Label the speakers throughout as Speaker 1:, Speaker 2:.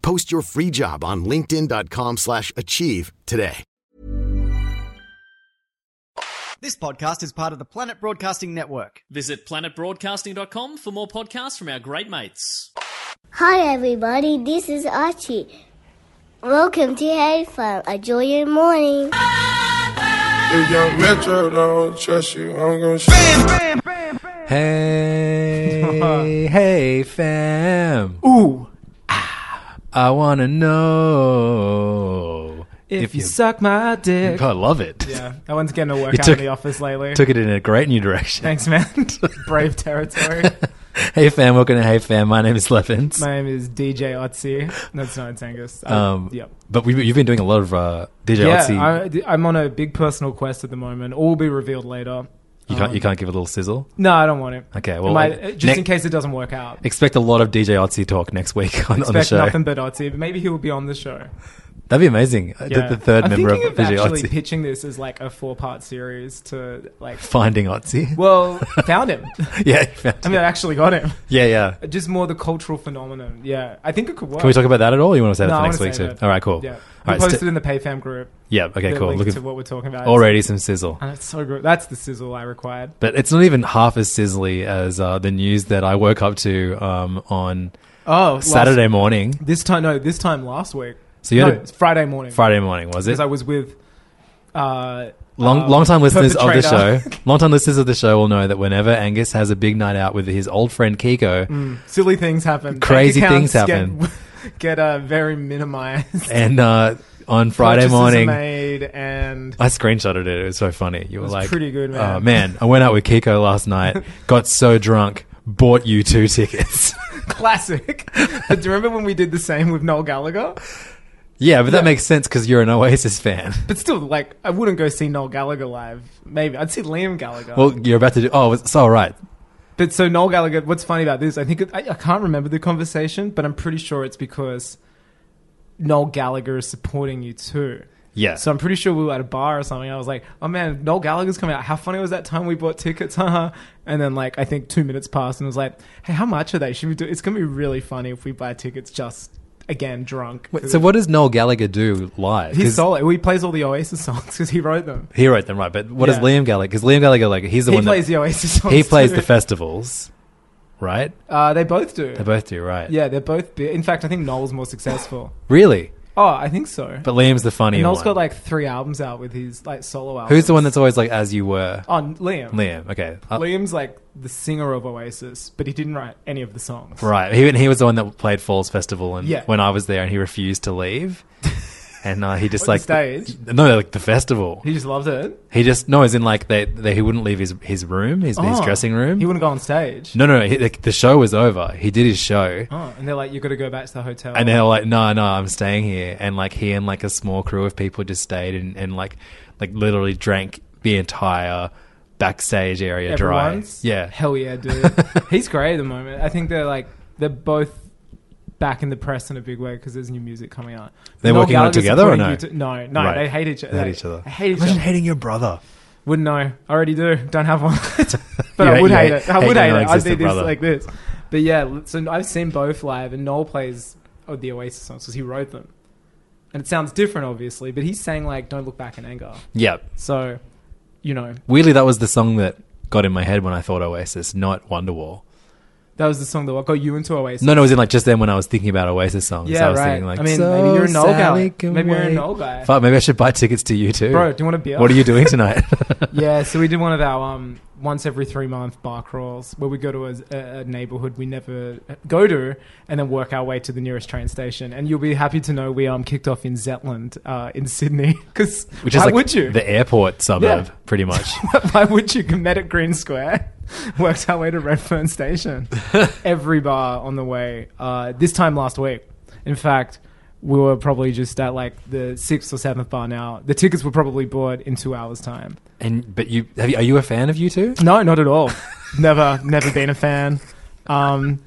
Speaker 1: Post your free job on linkedin.com/achieve slash achieve today.
Speaker 2: This podcast is part of the Planet Broadcasting Network.
Speaker 3: Visit planetbroadcasting.com for more podcasts from our great mates.
Speaker 4: Hi, everybody. This is Archie. Welcome to Headphone. Enjoy your morning.
Speaker 5: If young Metro don't trust you, I'm gonna shoot.
Speaker 6: Hey, hey, fam. Ah.
Speaker 7: Ooh,
Speaker 6: I want to know
Speaker 7: if, you, suck my dick.
Speaker 6: I love it.
Speaker 7: Yeah, that one's getting a workout
Speaker 6: You took-
Speaker 7: in the office lately.
Speaker 6: Took it in a great new direction.
Speaker 7: Thanks, man. Brave territory.
Speaker 6: Hey, fam. Welcome to Hey, fam. My name is Levins.
Speaker 7: My name is DJ Otzi. That's not Tangus.
Speaker 6: um,
Speaker 7: yep.
Speaker 6: But we, you've been doing a lot of uh, DJ
Speaker 7: Yeah,
Speaker 6: Otzi.
Speaker 7: I, I'm on a big personal quest at the moment. All will be revealed later.
Speaker 6: you can't you can't give a little sizzle.
Speaker 7: No, I don't want it.
Speaker 6: Okay,
Speaker 7: It
Speaker 6: well,
Speaker 7: might-
Speaker 6: uh,
Speaker 7: just
Speaker 6: next-
Speaker 7: in case it doesn't work out.
Speaker 6: Expect a lot of DJ Otzi talk next week on, on the
Speaker 7: Expect
Speaker 6: show.
Speaker 7: nothing but Otzi. But maybe he will be on the show.
Speaker 6: That'd be amazing. Uh,
Speaker 7: Yeah.
Speaker 6: The, the third
Speaker 7: I'm
Speaker 6: member of
Speaker 7: thinking of
Speaker 6: DJ
Speaker 7: actually
Speaker 6: Otzi
Speaker 7: pitching this as like a four-part series to like.
Speaker 6: finding Otzi.
Speaker 7: Well, found him.
Speaker 6: yeah, he found
Speaker 7: I mean,
Speaker 6: it.
Speaker 7: I actually got him.
Speaker 6: yeah, yeah.
Speaker 7: Just more the cultural phenomenon. Yeah, I think it could work.
Speaker 6: Can we talk about that at all? Or you want to say that
Speaker 7: I
Speaker 6: for
Speaker 7: wanna
Speaker 6: next week?
Speaker 7: say
Speaker 6: too?
Speaker 7: that.
Speaker 6: All right, cool.
Speaker 7: Yeah,
Speaker 6: All
Speaker 7: we
Speaker 6: right,
Speaker 7: posted
Speaker 6: sti-
Speaker 7: in the PayFam group.
Speaker 6: yeah. Okay,
Speaker 7: the
Speaker 6: cool.
Speaker 7: link
Speaker 6: Looking
Speaker 7: to what we're talking about.
Speaker 6: already some sizzle.
Speaker 7: and it's so good. That's the sizzle I required.
Speaker 6: But it's not even half as sizzly as uh, the news that I woke up to um, on
Speaker 7: Oh,
Speaker 6: Saturday morning,
Speaker 7: This time, no, this time last week.
Speaker 6: So you
Speaker 7: no,
Speaker 6: had a-
Speaker 7: it's Friday morning.
Speaker 6: Friday morning, was it?
Speaker 7: because I was with. Uh,
Speaker 6: Long,
Speaker 7: uh,
Speaker 6: long-time listeners of the show,
Speaker 7: perpetrator.
Speaker 6: long-time listeners of the show will know that whenever Angus has a big night out with his old friend Kiko,
Speaker 7: Mm, silly things happen.
Speaker 6: Crazy
Speaker 7: Bank
Speaker 6: things
Speaker 7: accounts
Speaker 6: happen.
Speaker 7: Get, get uh, very minimized.
Speaker 6: and uh, on Friday
Speaker 7: Purchases are
Speaker 6: morning,
Speaker 7: made and
Speaker 6: I screenshotted it. It was so funny. You were
Speaker 7: was
Speaker 6: like,
Speaker 7: pretty good, man.
Speaker 6: "Oh, man, I went out with Kiko last night, got so drunk, bought you two tickets."
Speaker 7: classic. Do you remember when we did the same with Noel Gallagher?
Speaker 6: yeah, but that makes sense because you're an Oasis fan.
Speaker 7: But still, like, I wouldn't go see Noel Gallagher live. Maybe I'd see Liam Gallagher.
Speaker 6: Well, you're about to do. Oh, it's all right.
Speaker 7: But so Noel Gallagher, what's funny about this? I think it, I, I can't remember the conversation, but I'm pretty sure it's because Noel Gallagher is supporting you too.
Speaker 6: Yeah.
Speaker 7: So I'm pretty sure we were at a bar or something. I was like, "Oh man, Noel Gallagher's coming out. How funny was that time we bought tickets?" Haha. and then like I think two minutes passed, and it was like, "Hey, how much are they? Should we do? It's gonna be really funny if we buy tickets just again drunk."
Speaker 6: Wait, so what does Noel Gallagher do live?
Speaker 7: He's
Speaker 6: 'Cause
Speaker 7: solo. He plays all the Oasis songs because he wrote them.
Speaker 6: he wrote them right, but what does
Speaker 7: Yeah.
Speaker 6: Liam Gallagher? Because Liam Gallagher, like he's the
Speaker 7: he
Speaker 6: one
Speaker 7: plays
Speaker 6: that
Speaker 7: the Oasis songs.
Speaker 6: he plays
Speaker 7: too.
Speaker 6: the festivals, right?
Speaker 7: uh, they both do.
Speaker 6: They both do, right?
Speaker 7: yeah, they're both. Bi- In fact, I think Noel's more successful.
Speaker 6: really.
Speaker 7: Oh, I think so.
Speaker 6: But Liam's the funny
Speaker 7: And Noel's
Speaker 6: one.
Speaker 7: got like three albums out with his like solo albums.
Speaker 6: Who's the one that's always like "As You Were"?
Speaker 7: on Liam?
Speaker 6: Liam. Okay. Uh,
Speaker 7: Liam's like the singer of Oasis, but he didn't write any of the songs.
Speaker 6: Right. He he was the one that played Falls Festival, and
Speaker 7: Yeah.
Speaker 6: when I was there, and he refused to leave. And uh, he just
Speaker 7: What, the
Speaker 6: like
Speaker 7: stage?
Speaker 6: no, like the festival.
Speaker 7: He just loved it.
Speaker 6: He just no, as in like they, they he wouldn't leave his his room, his, his
Speaker 7: Oh.
Speaker 6: dressing room.
Speaker 7: He wouldn't go on stage.
Speaker 6: No, no, no. He, like, the show was over. He did his show.
Speaker 7: Oh, and they're like, you got to go back to the hotel.
Speaker 6: And they were like, no, no, I'm staying here. And like he and like a small crew of people just stayed and, and like like literally drank the entire backstage area
Speaker 7: Everyone's?
Speaker 6: dry. Yeah.
Speaker 7: Hell yeah, dude. He's great at the moment. I think they're like they're both back in the press in a big way because there's new music coming out.
Speaker 6: They're
Speaker 7: Noel
Speaker 6: working on it
Speaker 7: Gallagher's
Speaker 6: together or
Speaker 7: supporting
Speaker 6: no?
Speaker 7: you to- no, no,
Speaker 6: Right.
Speaker 7: they hate each other.
Speaker 6: They hate each other.
Speaker 7: I hate each
Speaker 6: Imagine
Speaker 7: other.
Speaker 6: hating your brother.
Speaker 7: Wouldn't know. I already do. Don't have one. but
Speaker 6: You
Speaker 7: I
Speaker 6: hate-
Speaker 7: would
Speaker 6: you
Speaker 7: hate,
Speaker 6: hate-
Speaker 7: it. I
Speaker 6: hate your
Speaker 7: would hate it. I'd do
Speaker 6: non-existent
Speaker 7: this
Speaker 6: brother.
Speaker 7: like this. But yeah, so I've seen both live, and Noel plays oh, the Oasis songs because he wrote them. And it sounds different, obviously, but he's saying like "Don't look back in anger."
Speaker 6: Yeah.
Speaker 7: So, you know,
Speaker 6: Weirdly, that was the song that got in my head when I thought Oasis, not Wonderwall.
Speaker 7: That was the song that got you into Oasis.
Speaker 6: No, no, it was in like just then when I was thinking about Oasis songs.
Speaker 7: Yeah,
Speaker 6: I was
Speaker 7: right.
Speaker 6: thinking like,
Speaker 7: I mean,
Speaker 6: so
Speaker 7: maybe you're an old guy.
Speaker 6: Sally can
Speaker 7: Maybe you're an
Speaker 6: wait.
Speaker 7: old guy.
Speaker 6: Fuck, maybe I should buy tickets to you too.
Speaker 7: Bro, do you want a beer?
Speaker 6: What are you doing tonight?
Speaker 7: yeah, so we did one of our um, once every three month bar crawls where we go to a, a neighborhood we never uh, go to and then work our way to the nearest train station. And you'll be happy to know we um, kicked off in Zetland uh, in Sydney. Because
Speaker 6: Which
Speaker 7: why
Speaker 6: is like
Speaker 7: would you?
Speaker 6: the airport suburb,
Speaker 7: Yeah.
Speaker 6: pretty much.
Speaker 7: why would you? We Met at Green Square, worked our way to Redfern Station. Every bar on the way. Uh, this time last week, in fact, we were probably just at like the sixth or seventh bar now. The tickets were probably bought in two hours' time.
Speaker 6: and but you, have you are you a fan of you two?
Speaker 7: No, not at all. never, never been a fan. Um,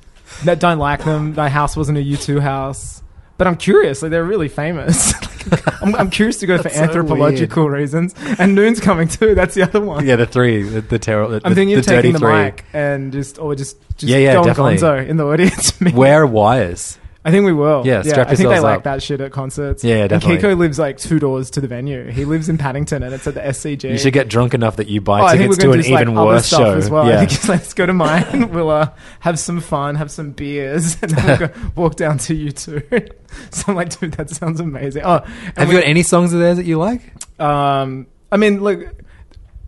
Speaker 7: no, don't like them. My house wasn't a U2 house. But I'm curious. Like, they're really famous. I'm, I'm curious to go for
Speaker 6: so
Speaker 7: anthropological reasons. And Noon's coming too. That's the other one.
Speaker 6: Yeah, the three, the, the terrible, the,
Speaker 7: I'm thinking
Speaker 6: the
Speaker 7: of
Speaker 6: dirty
Speaker 7: taking the
Speaker 6: three.
Speaker 7: mic and just or just just
Speaker 6: Yeah, yeah,
Speaker 7: going
Speaker 6: definitely.
Speaker 7: Gonzo in the audience. Me.
Speaker 6: Wear wires.
Speaker 7: I think we will.
Speaker 6: Yeah, strap
Speaker 7: I think they
Speaker 6: yourselves
Speaker 7: like
Speaker 6: up.
Speaker 7: that shit at concerts.
Speaker 6: Yeah, yeah,
Speaker 7: And
Speaker 6: definitely.
Speaker 7: Kiko lives like two doors to the venue. He lives in Paddington, and it's at the SCG.
Speaker 6: You should get drunk enough that you buy
Speaker 7: Oh, I think we're
Speaker 6: tickets to
Speaker 7: going
Speaker 6: an
Speaker 7: to do like,
Speaker 6: even
Speaker 7: other
Speaker 6: worse
Speaker 7: stuff
Speaker 6: show.
Speaker 7: as well. I
Speaker 6: Yeah.
Speaker 7: think it's like, let's go to mine. we'll uh, have some fun, have some beers, and then we'll go, walk down to you two. so I'm like, dude, that sounds amazing. Oh, and
Speaker 6: have
Speaker 7: we-
Speaker 6: you got any songs of theirs that you like?
Speaker 7: Um, I mean, look,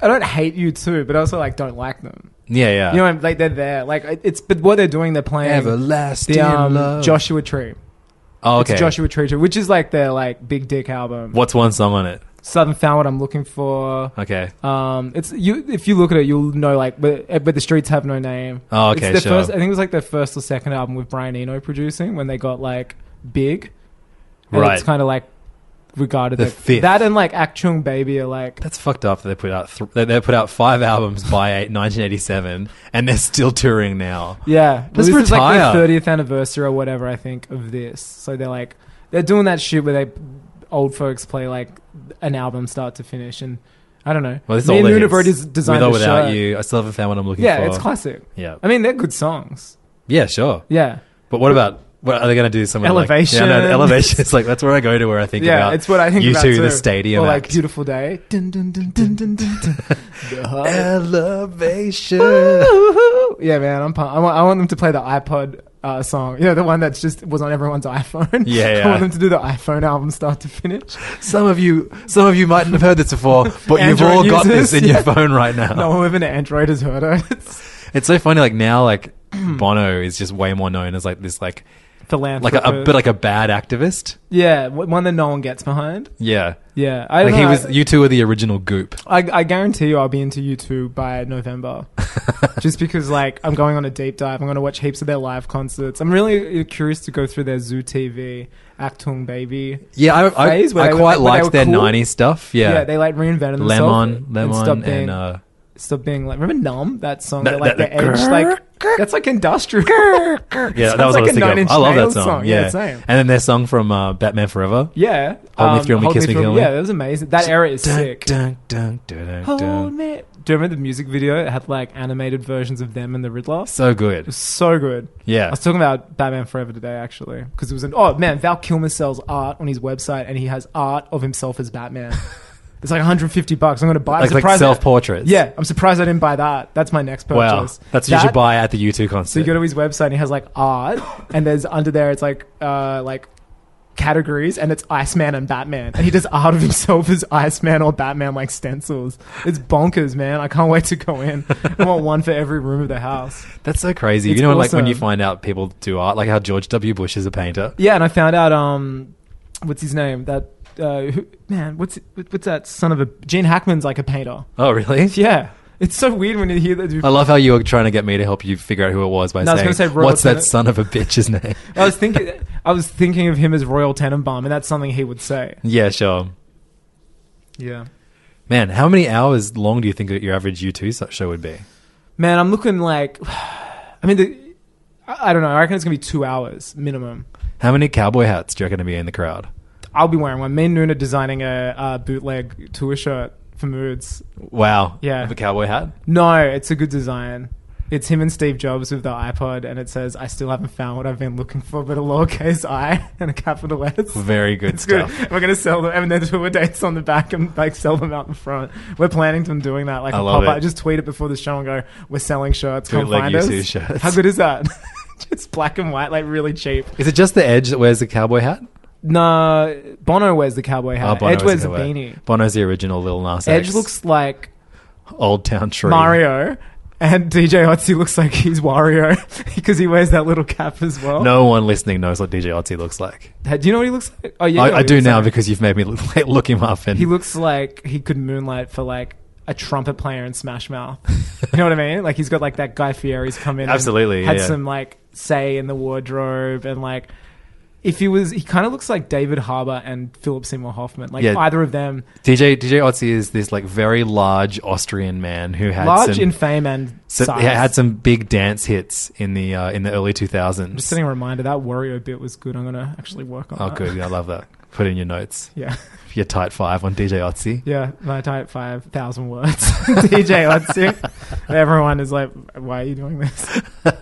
Speaker 7: I don't hate you too, but I also like don't like them.
Speaker 6: Yeah, yeah.
Speaker 7: You know, what I mean? like they're there. Like it- it's, but what they're doing, they're playing
Speaker 6: Everlasting
Speaker 7: the um,
Speaker 6: love.
Speaker 7: Joshua Tree.
Speaker 6: oh, okay.
Speaker 7: It's Joshua Tree, Tour, which is like their like big dick album.
Speaker 6: What's one song on it?
Speaker 7: Southern found what I'm looking for.
Speaker 6: Okay.
Speaker 7: Um, it's you. If you look at it, you'll know like, but but the streets have no name.
Speaker 6: Oh, okay,
Speaker 7: It's
Speaker 6: sure.
Speaker 7: their first, I think it was like their first or second album with Brian Eno producing when they got like big. And
Speaker 6: Right.
Speaker 7: It's kind of like regarded
Speaker 6: The
Speaker 7: like-
Speaker 6: fifth.
Speaker 7: that and like Ak Chung Baby are like
Speaker 6: That's fucked up. that They put out th- they- they put out five albums by eight- 1987, and they're still touring now.
Speaker 7: Yeah, well,
Speaker 6: Just
Speaker 7: this is like their
Speaker 6: retire.
Speaker 7: thirtieth anniversary or whatever. I think of this, so they're like they're doing that shit where they old folks play like an album start to finish, and I don't know.
Speaker 6: Well, this is
Speaker 7: Me
Speaker 6: all
Speaker 7: and
Speaker 6: the
Speaker 7: Luna
Speaker 6: hits.
Speaker 7: Bro des- designed
Speaker 6: With or
Speaker 7: the
Speaker 6: without
Speaker 7: shirt.
Speaker 6: you, I still haven't found what I'm looking
Speaker 7: Yeah,
Speaker 6: for.
Speaker 7: it's classic.
Speaker 6: Yeah,
Speaker 7: I mean, they're good songs.
Speaker 6: yeah, sure.
Speaker 7: Yeah,
Speaker 6: But what about what are they going to do? Something
Speaker 7: Elevation.
Speaker 6: Like, yeah, no, elevation. It's like that's where I go to where I think
Speaker 7: yeah,
Speaker 6: about.
Speaker 7: it's what I think.
Speaker 6: You
Speaker 7: about
Speaker 6: two,
Speaker 7: too.
Speaker 6: the stadium
Speaker 7: or like
Speaker 6: act.
Speaker 7: beautiful day. Dun, dun, dun, dun, dun, dun, dun.
Speaker 6: Elevation.
Speaker 7: yeah, man, I'm. Pumped. I want. I want them to play the iPod uh, song. You know, the one that's just was on everyone's iPhone.
Speaker 6: Yeah,
Speaker 7: I
Speaker 6: yeah.
Speaker 7: want them to do the iPhone album start to finish.
Speaker 6: Some of you, some of you mightn't have heard this before, but you've
Speaker 7: Android
Speaker 6: all got
Speaker 7: users,
Speaker 6: this in
Speaker 7: yeah.
Speaker 6: your phone right now.
Speaker 7: No one with an Android has heard it.
Speaker 6: It's so funny. Like now, like Bono is just way more known as like this, like like a,
Speaker 7: Philanthropist.
Speaker 6: a bit like a bad activist.
Speaker 7: yeah, w- one that no one gets behind.
Speaker 6: Yeah,
Speaker 7: Yeah, I
Speaker 6: like
Speaker 7: don't
Speaker 6: he
Speaker 7: know.
Speaker 6: was. You two were the original goop.
Speaker 7: I, I guarantee you, I'll be into you two by November, just because like I'm going on a deep dive. I'm going to watch heaps of their live concerts. I'm really uh, curious to go through their Zoo TV, Actung Baby.
Speaker 6: Yeah, I, I,
Speaker 7: phase where
Speaker 6: I
Speaker 7: they were-
Speaker 6: quite
Speaker 7: where they
Speaker 6: liked
Speaker 7: were
Speaker 6: their
Speaker 7: cool.
Speaker 6: '90s stuff. Yeah,
Speaker 7: they like reinvented themselves.
Speaker 6: lemon,
Speaker 7: and
Speaker 6: lemon,
Speaker 7: stopped
Speaker 6: and,
Speaker 7: being,
Speaker 6: uh,
Speaker 7: stop being like remember numb that song
Speaker 6: That-
Speaker 7: that, like
Speaker 6: that-
Speaker 7: the
Speaker 6: that
Speaker 7: edge
Speaker 6: grr,
Speaker 7: like that's like industrial.
Speaker 6: yeah,
Speaker 7: Sounds
Speaker 6: that was
Speaker 7: like
Speaker 6: what I was
Speaker 7: a
Speaker 6: thinking.
Speaker 7: Nine
Speaker 6: Of.
Speaker 7: Inch
Speaker 6: I love that
Speaker 7: Nails
Speaker 6: song.
Speaker 7: song.
Speaker 6: Yeah,
Speaker 7: Yeah, same.
Speaker 6: and then their song from uh, Batman Forever.
Speaker 7: Yeah, um,
Speaker 6: Hold Me, Thrill Me,
Speaker 7: Hold
Speaker 6: Kiss Me,
Speaker 7: Thrill
Speaker 6: Kill Me.
Speaker 7: Yeah, that was amazing. That era is sick.
Speaker 6: Dun, dun, dun, dun, dun,
Speaker 7: Hold
Speaker 6: dun.
Speaker 7: me. Do you remember the music video? It had like animated versions of them and the Riddler.
Speaker 6: So good.
Speaker 7: So good. I
Speaker 6: Yeah,
Speaker 7: was talking about Batman Forever today, actually, because it was an oh man, Val Kilmer sells art on his website, and he has art of himself as Batman. it's like 150 bucks. I'm gonna buy. it. I'm
Speaker 6: like like
Speaker 7: surprised I-
Speaker 6: self portraits.
Speaker 7: Yeah, I'm surprised I didn't buy that. That's my next
Speaker 6: wow,
Speaker 7: purchase.
Speaker 6: that's what you should
Speaker 7: That-
Speaker 6: buy at the U2 concert.
Speaker 7: So you go to his website and he has like art, and there's under there it's like uh like categories, and it's Iceman and Batman, and he does art of himself as Iceman or Batman like stencils. It's bonkers, man. I can't wait to go in. I want one for every room of the house.
Speaker 6: That's so crazy.
Speaker 7: It's
Speaker 6: you know, like when
Speaker 7: awesome.
Speaker 6: you find out people do art, uh, like how George W. Bush is a painter.
Speaker 7: Yeah, and I found out um, what's his name that. Uh, who, man, what's what's that son of a Gene Hackman's like a painter?
Speaker 6: Oh, really?
Speaker 7: Yeah, it's so weird when you hear that.
Speaker 6: I love how you were trying to get me to help you figure out who it was by
Speaker 7: No, I was
Speaker 6: saying,
Speaker 7: gonna say Royal
Speaker 6: "What's that
Speaker 7: Tenenbaum."
Speaker 6: son of a bitch's name?"
Speaker 7: I was thinking, I was thinking of him as Royal Tenenbaum, and that's something he would say.
Speaker 6: yeah, sure.
Speaker 7: Yeah,
Speaker 6: Man, how many hours long do you think that your average U two show would be?
Speaker 7: man, I'm looking like, I mean, the, I I don't know. I reckon it's gonna be two hours minimum.
Speaker 6: How many cowboy hats do you reckon to be in the crowd?
Speaker 7: I'll be wearing one. Me and Noon are designing a, uh bootleg tour shirt for Moods.
Speaker 6: Wow.
Speaker 7: Yeah.
Speaker 6: Of a cowboy hat.
Speaker 7: No, it's a good design. It's him and Steve Jobs with the iPod, and it says, "I still haven't found what I've been looking for, but a lowercase i and a capital S."
Speaker 6: Very good
Speaker 7: It's
Speaker 6: stuff.
Speaker 7: Good. We're gonna sell them, and then tour dates on the back, and like sell them out in front. We're planning on doing that. Like
Speaker 6: I
Speaker 7: a
Speaker 6: love
Speaker 7: pop-up.
Speaker 6: it.
Speaker 7: Just tweet it before the show and go, "We're selling shirts. Come
Speaker 6: Bootleg
Speaker 7: find
Speaker 6: U2
Speaker 7: us."
Speaker 6: shirts.
Speaker 7: How good is that? just black and white, like really cheap.
Speaker 6: Is it just the Edge that wears the cowboy hat? Oh,
Speaker 7: Nah, Bono wears the cowboy hat.
Speaker 6: Bono
Speaker 7: Edge wears
Speaker 6: the
Speaker 7: a
Speaker 6: cowboy hat.
Speaker 7: beanie.
Speaker 6: Bono's the original Lil Nas
Speaker 7: Edge
Speaker 6: X.
Speaker 7: looks like
Speaker 6: Old Town Tree.
Speaker 7: Mario, and DJ Otzi looks like he's Wario because he wears that little cap as well.
Speaker 6: No one listening knows what DJ Otzi looks like.
Speaker 7: Hey, do you know what he looks like? Oh yeah, you know
Speaker 6: I, I
Speaker 7: what he
Speaker 6: do
Speaker 7: looks
Speaker 6: now
Speaker 7: like.
Speaker 6: because you've made me look, look him up. And
Speaker 7: he looks like he could moonlight for like a trumpet player in Smash Mouth. you know what I mean? Like he's got like that Guy Fieri's come in. and
Speaker 6: Absolutely,
Speaker 7: had
Speaker 6: yeah.
Speaker 7: some like say in the wardrobe and like. If he was, he kind of looks like David Harbour and Philip Seymour Hoffman. Like
Speaker 6: Yeah.
Speaker 7: either of them,
Speaker 6: DJ DJ Otzi is this like very large Austrian man who had
Speaker 7: large
Speaker 6: some,
Speaker 7: in fame and
Speaker 6: so-
Speaker 7: size.
Speaker 6: he had some big dance hits in the uh, in the early two
Speaker 7: Just
Speaker 6: thousands.
Speaker 7: setting a reminder that Wario bit was good. I'm gonna actually work on.
Speaker 6: Oh,
Speaker 7: that.
Speaker 6: good, yeah, I love that. Put in your notes.
Speaker 7: Yeah.
Speaker 6: Your tight five on DJ Otzi.
Speaker 7: Yeah, my type five thousand words. DJ Otsu. Everyone is like, "Why are you doing this?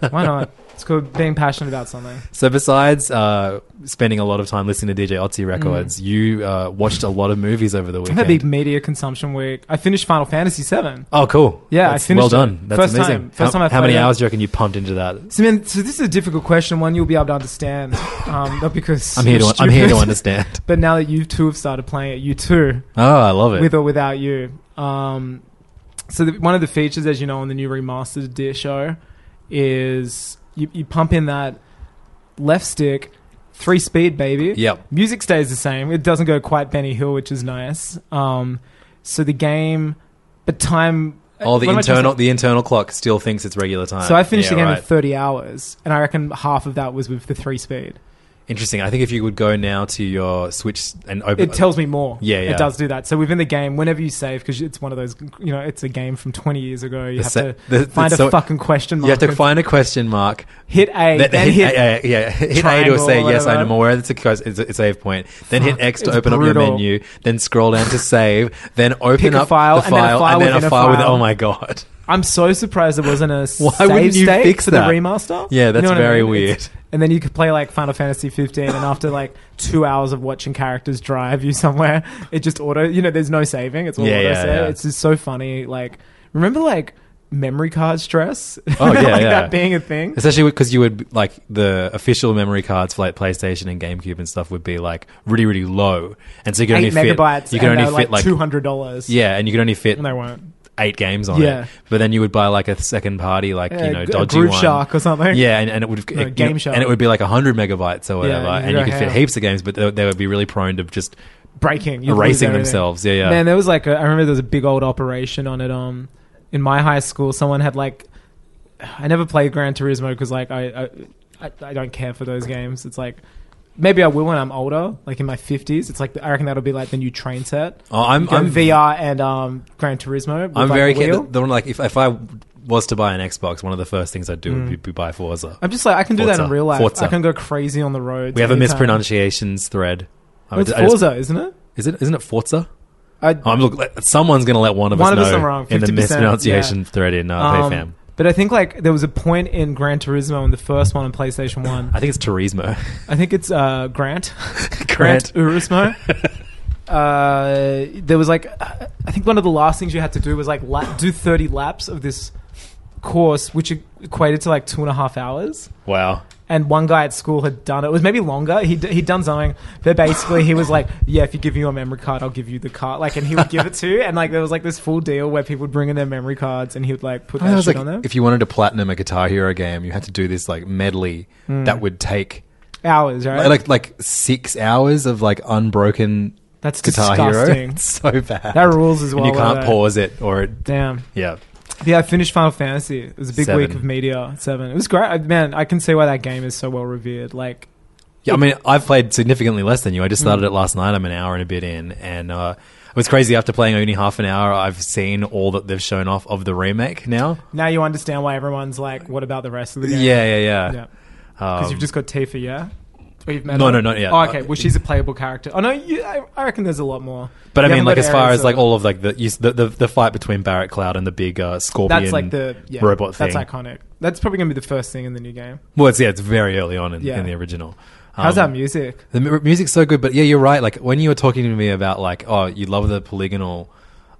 Speaker 7: Why not?" It's called being passionate about something.
Speaker 6: So besides uh, spending a lot of time listening to DJ Otzi records, you uh, watched a lot of movies over the
Speaker 7: I Mm. had a big
Speaker 6: weekend.
Speaker 7: media consumption week. I finished Final Fantasy VII.
Speaker 6: Oh, cool!
Speaker 7: Yeah, I
Speaker 6: That's-
Speaker 7: finished
Speaker 6: well
Speaker 7: it.
Speaker 6: done. That's
Speaker 7: First
Speaker 6: amazing.
Speaker 7: time- first
Speaker 6: how,
Speaker 7: time I
Speaker 6: how many
Speaker 7: played it.
Speaker 6: hours do you reckon you pumped into that?
Speaker 7: So, man, so this is a difficult question, one you'll be able to understand, um, not because
Speaker 6: I'm here to
Speaker 7: you're
Speaker 6: I'm here to
Speaker 7: stupid,
Speaker 6: understand.
Speaker 7: But now that you two have started playing it, you too,
Speaker 6: Oh, I love it.
Speaker 7: with or without you. Um, so the, one of the features, as you know, on the new remastered Dear Show, is you, you pump in that left stick, three speed, baby.
Speaker 6: Yep.
Speaker 7: Music stays the same. It doesn't go quite Benny Hill, which is nice. Um, so the game, but time. uh,
Speaker 6: Oh, the
Speaker 7: what am I trying to
Speaker 6: internal
Speaker 7: say?
Speaker 6: the internal clock still thinks it's regular time.
Speaker 7: So I finished
Speaker 6: Yeah,
Speaker 7: the game
Speaker 6: right.
Speaker 7: in 30 hours, and I reckon half of that was with the three speed.
Speaker 6: Interesting. I think if you would go now to your Switch and open
Speaker 7: It tells me more.
Speaker 6: Yeah, yeah.
Speaker 7: It does do that. So within the game, whenever you save, because it's one of those, you know, it's a game from 20 years ago, you
Speaker 6: It's
Speaker 7: have
Speaker 6: that-
Speaker 7: to
Speaker 6: that-
Speaker 7: find a
Speaker 6: so-
Speaker 7: fucking question mark.
Speaker 6: you have to
Speaker 7: and
Speaker 6: find a question mark.
Speaker 7: hit A,
Speaker 6: Then
Speaker 7: then
Speaker 6: hit,
Speaker 7: hit,
Speaker 6: A, yeah, yeah, hit A to
Speaker 7: triangle
Speaker 6: say
Speaker 7: or
Speaker 6: yes.
Speaker 7: whatever.
Speaker 6: I'm aware that's a, cause- it's a it's a save point. Then hit
Speaker 7: Fuck,
Speaker 6: X to
Speaker 7: it's
Speaker 6: open up your
Speaker 7: brutal.
Speaker 6: menu. Then scroll down to save. Then open
Speaker 7: Pick a
Speaker 6: up
Speaker 7: file,
Speaker 6: the
Speaker 7: and then a
Speaker 6: file,
Speaker 7: file
Speaker 6: and then
Speaker 7: within
Speaker 6: a
Speaker 7: a
Speaker 6: file. with-
Speaker 7: file.
Speaker 6: oh my god!
Speaker 7: I'm so surprised there wasn't a
Speaker 6: Why
Speaker 7: save
Speaker 6: wouldn't you
Speaker 7: state
Speaker 6: fix
Speaker 7: for
Speaker 6: that?
Speaker 7: the remaster.
Speaker 6: Yeah, that's
Speaker 7: what
Speaker 6: very
Speaker 7: It's-
Speaker 6: weird.
Speaker 7: and then you could play like Final Fantasy 15, and after like two hours of watching characters drive you somewhere, it just auto. You know, there's no saving. It's all
Speaker 6: Yeah,
Speaker 7: auto
Speaker 6: yeah,
Speaker 7: save.
Speaker 6: yeah.
Speaker 7: It's just so funny. Like, remember like memory card stress?
Speaker 6: Oh, yeah,
Speaker 7: like
Speaker 6: yeah.
Speaker 7: that being a thing.
Speaker 6: Especially because you would like the official memory cards for like PlayStation and GameCube and stuff would be like really really low, and so you could
Speaker 7: Eight
Speaker 6: only
Speaker 7: megabytes.
Speaker 6: fit you could
Speaker 7: and
Speaker 6: only
Speaker 7: they were,
Speaker 6: fit
Speaker 7: like
Speaker 6: like
Speaker 7: two hundred dollars.
Speaker 6: yeah, and you could only fit
Speaker 7: they weren't.
Speaker 6: eight games on
Speaker 7: Yeah.
Speaker 6: it. But then you would buy like a second party, like you know,
Speaker 7: a
Speaker 6: dodgy
Speaker 7: Groove
Speaker 6: one.
Speaker 7: Shark or something.
Speaker 6: Yeah, and, and it would it-
Speaker 7: No,
Speaker 6: you know,
Speaker 7: Game Shark.
Speaker 6: and it would be like hundred megabytes or whatever,
Speaker 7: you
Speaker 6: and
Speaker 7: go
Speaker 6: you could fit
Speaker 7: ham.
Speaker 6: heaps of games, but they, they would be really prone to just
Speaker 7: breaking, you'd lose
Speaker 6: erasing
Speaker 7: everything.
Speaker 6: themselves. Yeah, yeah.
Speaker 7: Man, there was like a, I remember there was a big old operation on it. Um, in my high school, someone had like I never played Gran Turismo because like I, I I I don't care for those games. It's like maybe I will when I'm older, like in my fifties. It's like I reckon that'll be like the new train set.
Speaker 6: Oh, I'm
Speaker 7: You go
Speaker 6: I'm,
Speaker 7: VR and um Gran Turismo. with,
Speaker 6: I'm
Speaker 7: like,
Speaker 6: very
Speaker 7: a
Speaker 6: keen-
Speaker 7: wheel.
Speaker 6: the, the one like if if I was to buy an Xbox, one of the first things I'd do would be, be buy Forza.
Speaker 7: Mm. I'm just like I can do that in
Speaker 6: Forza.
Speaker 7: real life.
Speaker 6: Forza.
Speaker 7: I can go crazy on the road.
Speaker 6: we have a mispronunciations thread. I would-
Speaker 7: It's
Speaker 6: I just-
Speaker 7: Forza, isn't it?
Speaker 6: is it isn't it Forza?
Speaker 7: I,
Speaker 6: Oh, I'm look. Someone's gonna let one of us
Speaker 7: One of us
Speaker 6: know
Speaker 7: are wrong,
Speaker 6: in the
Speaker 7: 50%,
Speaker 6: mispronunciation thread in uh,
Speaker 7: um,
Speaker 6: PayFam.
Speaker 7: but I think like there was a point in Gran Turismo in the first one on PlayStation One.
Speaker 6: I think it's Turismo.
Speaker 7: I think it's uh, Grant.
Speaker 6: Grant.
Speaker 7: Grant Urismo. uh, there was like, I think one of the last things you had to do was like lap, do 30 laps of this course, which equated to like two and a half hours.
Speaker 6: Wow.
Speaker 7: And one guy at school had done it. It was maybe longer. He he'd done something. But basically, he was like, "Yeah, if you give me your memory card, I'll give you the card." Like, and he would give it to. And like, there was like this full deal where people would bring in their memory cards, and he would like put
Speaker 6: I
Speaker 7: that
Speaker 6: was
Speaker 7: shit
Speaker 6: like,
Speaker 7: on them.
Speaker 6: if you wanted to platinum a Guitar Hero game, you had to do this like medley that would take
Speaker 7: Hours, Hmm. right?
Speaker 6: like like six hours of like unbroken
Speaker 7: That's
Speaker 6: Guitar Hero.
Speaker 7: disgusting.
Speaker 6: It's so bad.
Speaker 7: That rules as
Speaker 6: And
Speaker 7: well,
Speaker 6: you can't
Speaker 7: though.
Speaker 6: pause it or it,
Speaker 7: Damn.
Speaker 6: yeah.
Speaker 7: Yeah, I finished Final Fantasy. It was a big
Speaker 6: Seven.
Speaker 7: week of media. Seven. It was great. I- Man, I can see why that game is so well revered. Like,
Speaker 6: Yeah, I mean, I've played significantly less than you. I just started it last night. I'm an hour and a bit in, and uh, it was crazy. After playing only half an hour, I've seen all that they've shown off of the remake now.
Speaker 7: now you understand why everyone's like, what about the rest of the game?
Speaker 6: Yeah, yeah, yeah.
Speaker 7: Because you've just got Tifa, yeah? We've met.
Speaker 6: No,
Speaker 7: her.
Speaker 6: no, not yet.
Speaker 7: Oh, okay.
Speaker 6: Uh,
Speaker 7: Well, she's a playable character. Oh no, you, I, I reckon there's a lot more.
Speaker 6: But I
Speaker 7: You
Speaker 6: mean,
Speaker 7: haven't
Speaker 6: like
Speaker 7: got
Speaker 6: as far
Speaker 7: Ares
Speaker 6: as like
Speaker 7: or-
Speaker 6: all of like the you, s- the, the the fight between Barrett Cloud and the big uh, scorpion
Speaker 7: that's like the yeah,
Speaker 6: robot thing.
Speaker 7: That's iconic. That's probably gonna be the first thing in the new game.
Speaker 6: Well, it's yeah, it's very early on in,
Speaker 7: Yeah.
Speaker 6: in the original.
Speaker 7: How's
Speaker 6: Um,
Speaker 7: our music?
Speaker 6: The mu- music's so good, but yeah, you're right. Like when you were talking to me about like, oh, you love the polygonal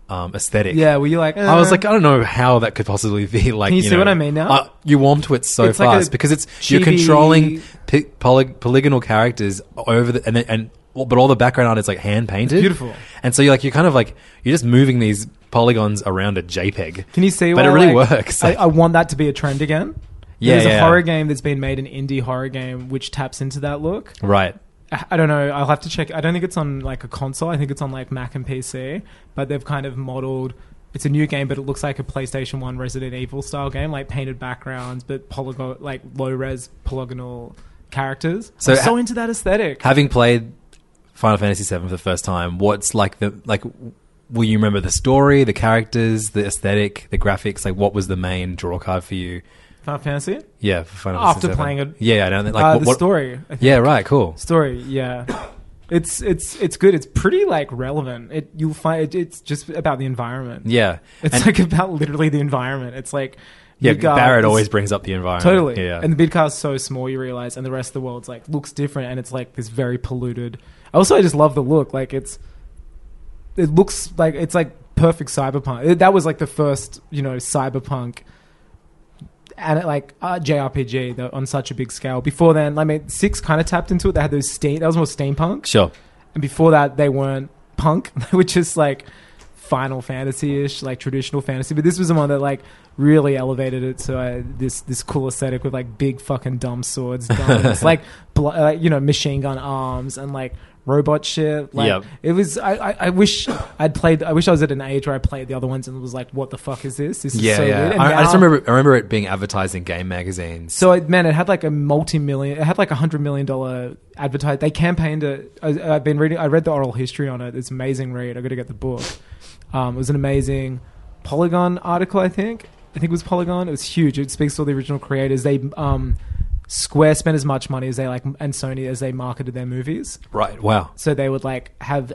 Speaker 6: um, aesthetic.
Speaker 7: Yeah, were you like?
Speaker 6: I was
Speaker 7: uh,
Speaker 6: like, I don't know how that could possibly be like.
Speaker 7: Can you see
Speaker 6: know,
Speaker 7: what I mean now?
Speaker 6: Uh, you warm to it so
Speaker 7: It's like
Speaker 6: fast
Speaker 7: a
Speaker 6: because it's
Speaker 7: chibi-
Speaker 6: you're controlling pi- poly- polygonal characters over the and then- and but all the background art is like hand painted,
Speaker 7: beautiful.
Speaker 6: and so you're like you're kind of like you're just moving these polygons around a JPEG.
Speaker 7: Can you see?
Speaker 6: But
Speaker 7: why,
Speaker 6: it really
Speaker 7: like,
Speaker 6: works.
Speaker 7: I, I want that to be a trend again.
Speaker 6: Yeah,
Speaker 7: There's a
Speaker 6: yeah.
Speaker 7: horror game that's been made, an indie horror game, which taps into that look.
Speaker 6: right.
Speaker 7: I I don't know. I'll have to check. I don't think it's on like a console. I think it's on like Mac and PC. But they've kind of modeled. It's a new game, but it looks like a PlayStation One Resident Evil style game, like painted backgrounds, but polygon, like low res polygonal characters.
Speaker 6: So
Speaker 7: So I'm so
Speaker 6: ha-
Speaker 7: into that aesthetic.
Speaker 6: Having played Final Fantasy VII for the first time, what's like the like? Will you remember the story, the characters, the aesthetic, the graphics? Like, what was the main draw card for you?
Speaker 7: Final Fantasy.
Speaker 6: Yeah, for Final Fantasy
Speaker 7: After
Speaker 6: VII.
Speaker 7: playing it-
Speaker 6: Yeah, I don't like
Speaker 7: uh,
Speaker 6: what,
Speaker 7: the
Speaker 6: what-
Speaker 7: story. I think.
Speaker 6: Yeah, right. Cool.
Speaker 7: Story. Yeah. It's it's it's good. It's pretty like relevant. It you'll find it, it's just about the environment.
Speaker 6: Yeah,
Speaker 7: It's
Speaker 6: And-
Speaker 7: like about literally the environment. It's like
Speaker 6: yeah.
Speaker 7: big, uh,
Speaker 6: Barrett
Speaker 7: this-
Speaker 6: always brings up the environment.
Speaker 7: Totally.
Speaker 6: Yeah,
Speaker 7: And the bid car's so small, you realize, and the rest of the world's like looks different, and it's like this very polluted. Also, I just love the look. Like it's, it looks like it's like perfect cyberpunk. It- that was like the first, you know, cyberpunk, and it, like uh, JRPG that, on such a big scale. Before then, I mean, six kind of tapped into it. They had those steam. That was more steampunk,
Speaker 6: sure.
Speaker 7: and before that, they weren't punk. They were just like. Final Fantasy ish, like traditional fantasy, but this was the one that like really elevated it to uh, this this cool aesthetic with like big fucking dumb swords, guns, like bl- uh, you know machine gun arms and like robot shit. Like
Speaker 6: Yep.
Speaker 7: it was. I, I, I wish I'd played. I wish I was at an age where I played the other ones and was like, what the fuck is this? This is
Speaker 6: Yeah,
Speaker 7: so
Speaker 6: yeah.
Speaker 7: weird. And
Speaker 6: I, I just
Speaker 7: now-
Speaker 6: remember. I remember it being advertised in game magazines.
Speaker 7: so it, man, it had like a multi-million. It had like a hundred million dollar advertise. They campaigned it. I, I've been reading. I read the oral history on it. It's an amazing read. I got to get the book. Um, it was an amazing Polygon article. I think. I think it was Polygon. It was huge. It speaks to all the original creators. They um, Square spent as much money as they like, and Sony as they marketed their movies.
Speaker 6: right. Wow.
Speaker 7: So they would like have,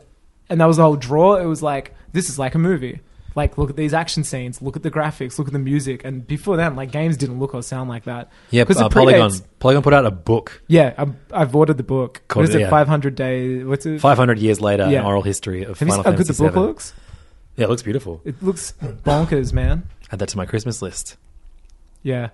Speaker 7: and that was the whole draw. It was like this is like a movie. Like look at these action scenes, look at the graphics, look at the music. And before then, like games didn't look or sound like that.
Speaker 6: Yeah.
Speaker 7: because
Speaker 6: Uh, Polygon. Polygon put out a book.
Speaker 7: Yeah, I'm, I've ordered the book.
Speaker 6: Cool,
Speaker 7: what is it?
Speaker 6: yeah.
Speaker 7: Five hundred days. What's it?
Speaker 6: Five hundred years later, an
Speaker 7: Yeah.
Speaker 6: oral history of
Speaker 7: Have you
Speaker 6: Final
Speaker 7: seen how good the
Speaker 6: Fantasy
Speaker 7: book
Speaker 6: VII.
Speaker 7: looks?
Speaker 6: Yeah, it looks beautiful.
Speaker 7: It looks bonkers, man.
Speaker 6: Add that to my Christmas list.
Speaker 7: Yeah.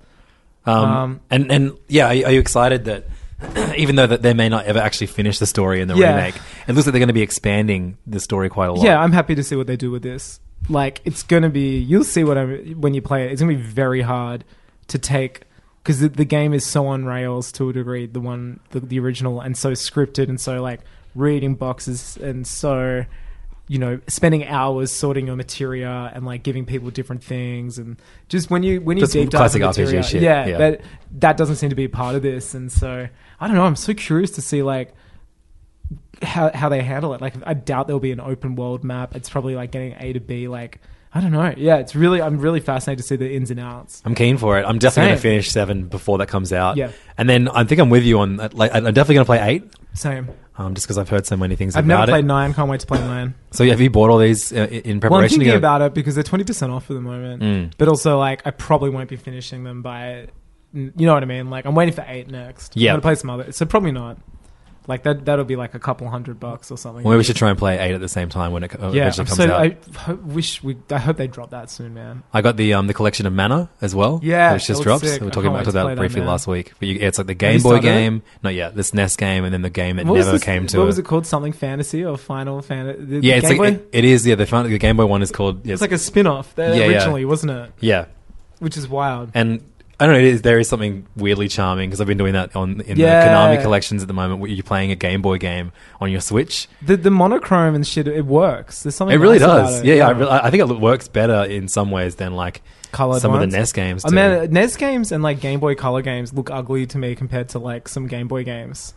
Speaker 6: Um,
Speaker 7: Um,
Speaker 6: and and yeah, are, you- are you excited that even though that they may not ever actually finish the story in the
Speaker 7: Yeah.
Speaker 6: remake, it looks like they're going to be expanding the story quite a lot.
Speaker 7: Yeah, I'm happy to see what they do with this. Like, it's gonna be. You'll see what I'm when you play it. It's gonna be very hard to take because the, the game is so on rails to a degree. The one, the, the original, and so scripted and so like reading boxes and so you know spending hours sorting your material and like giving people different things and just when you when you
Speaker 6: Just
Speaker 7: deep dive
Speaker 6: classic
Speaker 7: the
Speaker 6: RPG
Speaker 7: material,
Speaker 6: shit,
Speaker 7: yeah,
Speaker 6: yeah.
Speaker 7: that that doesn't seem to be a part of this and so i don't know i'm so curious to see like how how they handle it. Like I doubt there'll be an open world map. It's probably like getting A to B. Like I don't know. Yeah, it's really I'm really fascinated to see the ins and outs.
Speaker 6: I'm keen for it. I'm definitely going to
Speaker 7: Same.
Speaker 6: finish seven before that comes out.
Speaker 7: Yeah.
Speaker 6: and then I think I'm with you on. uh, Like, I'm definitely going to play eight,
Speaker 7: Same.
Speaker 6: um, just because I've heard so many things
Speaker 7: I've never
Speaker 6: about
Speaker 7: played
Speaker 6: it.
Speaker 7: nine. Can't wait to play nine.
Speaker 6: So yeah, have you bought all these uh, in preparation? Mm.
Speaker 7: Well, I'm
Speaker 6: to
Speaker 7: thinking
Speaker 6: go-
Speaker 7: about it because they're twenty percent off at the moment. But also, like, I probably won't be finishing them by. You know what I mean? Like, I'm waiting for eight next.
Speaker 6: Yeah.
Speaker 7: I'm gonna play some other. So probably not. Like that. That'll be like a couple hundred bucks or something.
Speaker 6: Well, maybe we should try and play eight at the same time when it co-
Speaker 7: yeah.
Speaker 6: eventually
Speaker 7: I'm
Speaker 6: comes
Speaker 7: so
Speaker 6: out.
Speaker 7: I
Speaker 6: I,
Speaker 7: ho- wish we. I hope they drop that soon, man.
Speaker 6: got the um the collection of Mana as well.
Speaker 7: Yeah,
Speaker 6: which
Speaker 7: that
Speaker 6: just
Speaker 7: looks
Speaker 6: dropped.
Speaker 7: sick.
Speaker 6: We were
Speaker 7: I
Speaker 6: talking
Speaker 7: can't
Speaker 6: about
Speaker 7: wait to play
Speaker 6: that
Speaker 7: that
Speaker 6: briefly
Speaker 7: Mana.
Speaker 6: last week. But you, yeah, it's like the
Speaker 7: you
Speaker 6: Game Boy
Speaker 7: started it?
Speaker 6: game, not yet. This NES game, and then the game that
Speaker 7: What was
Speaker 6: never
Speaker 7: this-
Speaker 6: came to.
Speaker 7: What
Speaker 6: a-
Speaker 7: was it called? Something fantasy or Final Fantasy?
Speaker 6: Yeah, it's like it, it is. Yeah, they found the Game Boy one is called. Yes,
Speaker 7: It's like a spin-off that
Speaker 6: Yeah, yeah.
Speaker 7: originally, wasn't it?
Speaker 6: yeah,
Speaker 7: Which is wild.
Speaker 6: and I don't know. It is, there is something weirdly charming because I've been doing that on in
Speaker 7: Yeah.
Speaker 6: the Konami collections at the moment. Where you're playing a Game Boy game on your Switch.
Speaker 7: The the monochrome and shit, it works. There's something.
Speaker 6: It really
Speaker 7: Oh, nice about
Speaker 6: does.
Speaker 7: it. Um,
Speaker 6: Yeah, yeah. I, really, I think it works better in some ways than like
Speaker 7: Colored
Speaker 6: some of
Speaker 7: ones.
Speaker 6: the NES games.
Speaker 7: I
Speaker 6: do.
Speaker 7: mean, NES games and like Game Boy Color games look ugly to me compared to like some Game Boy games.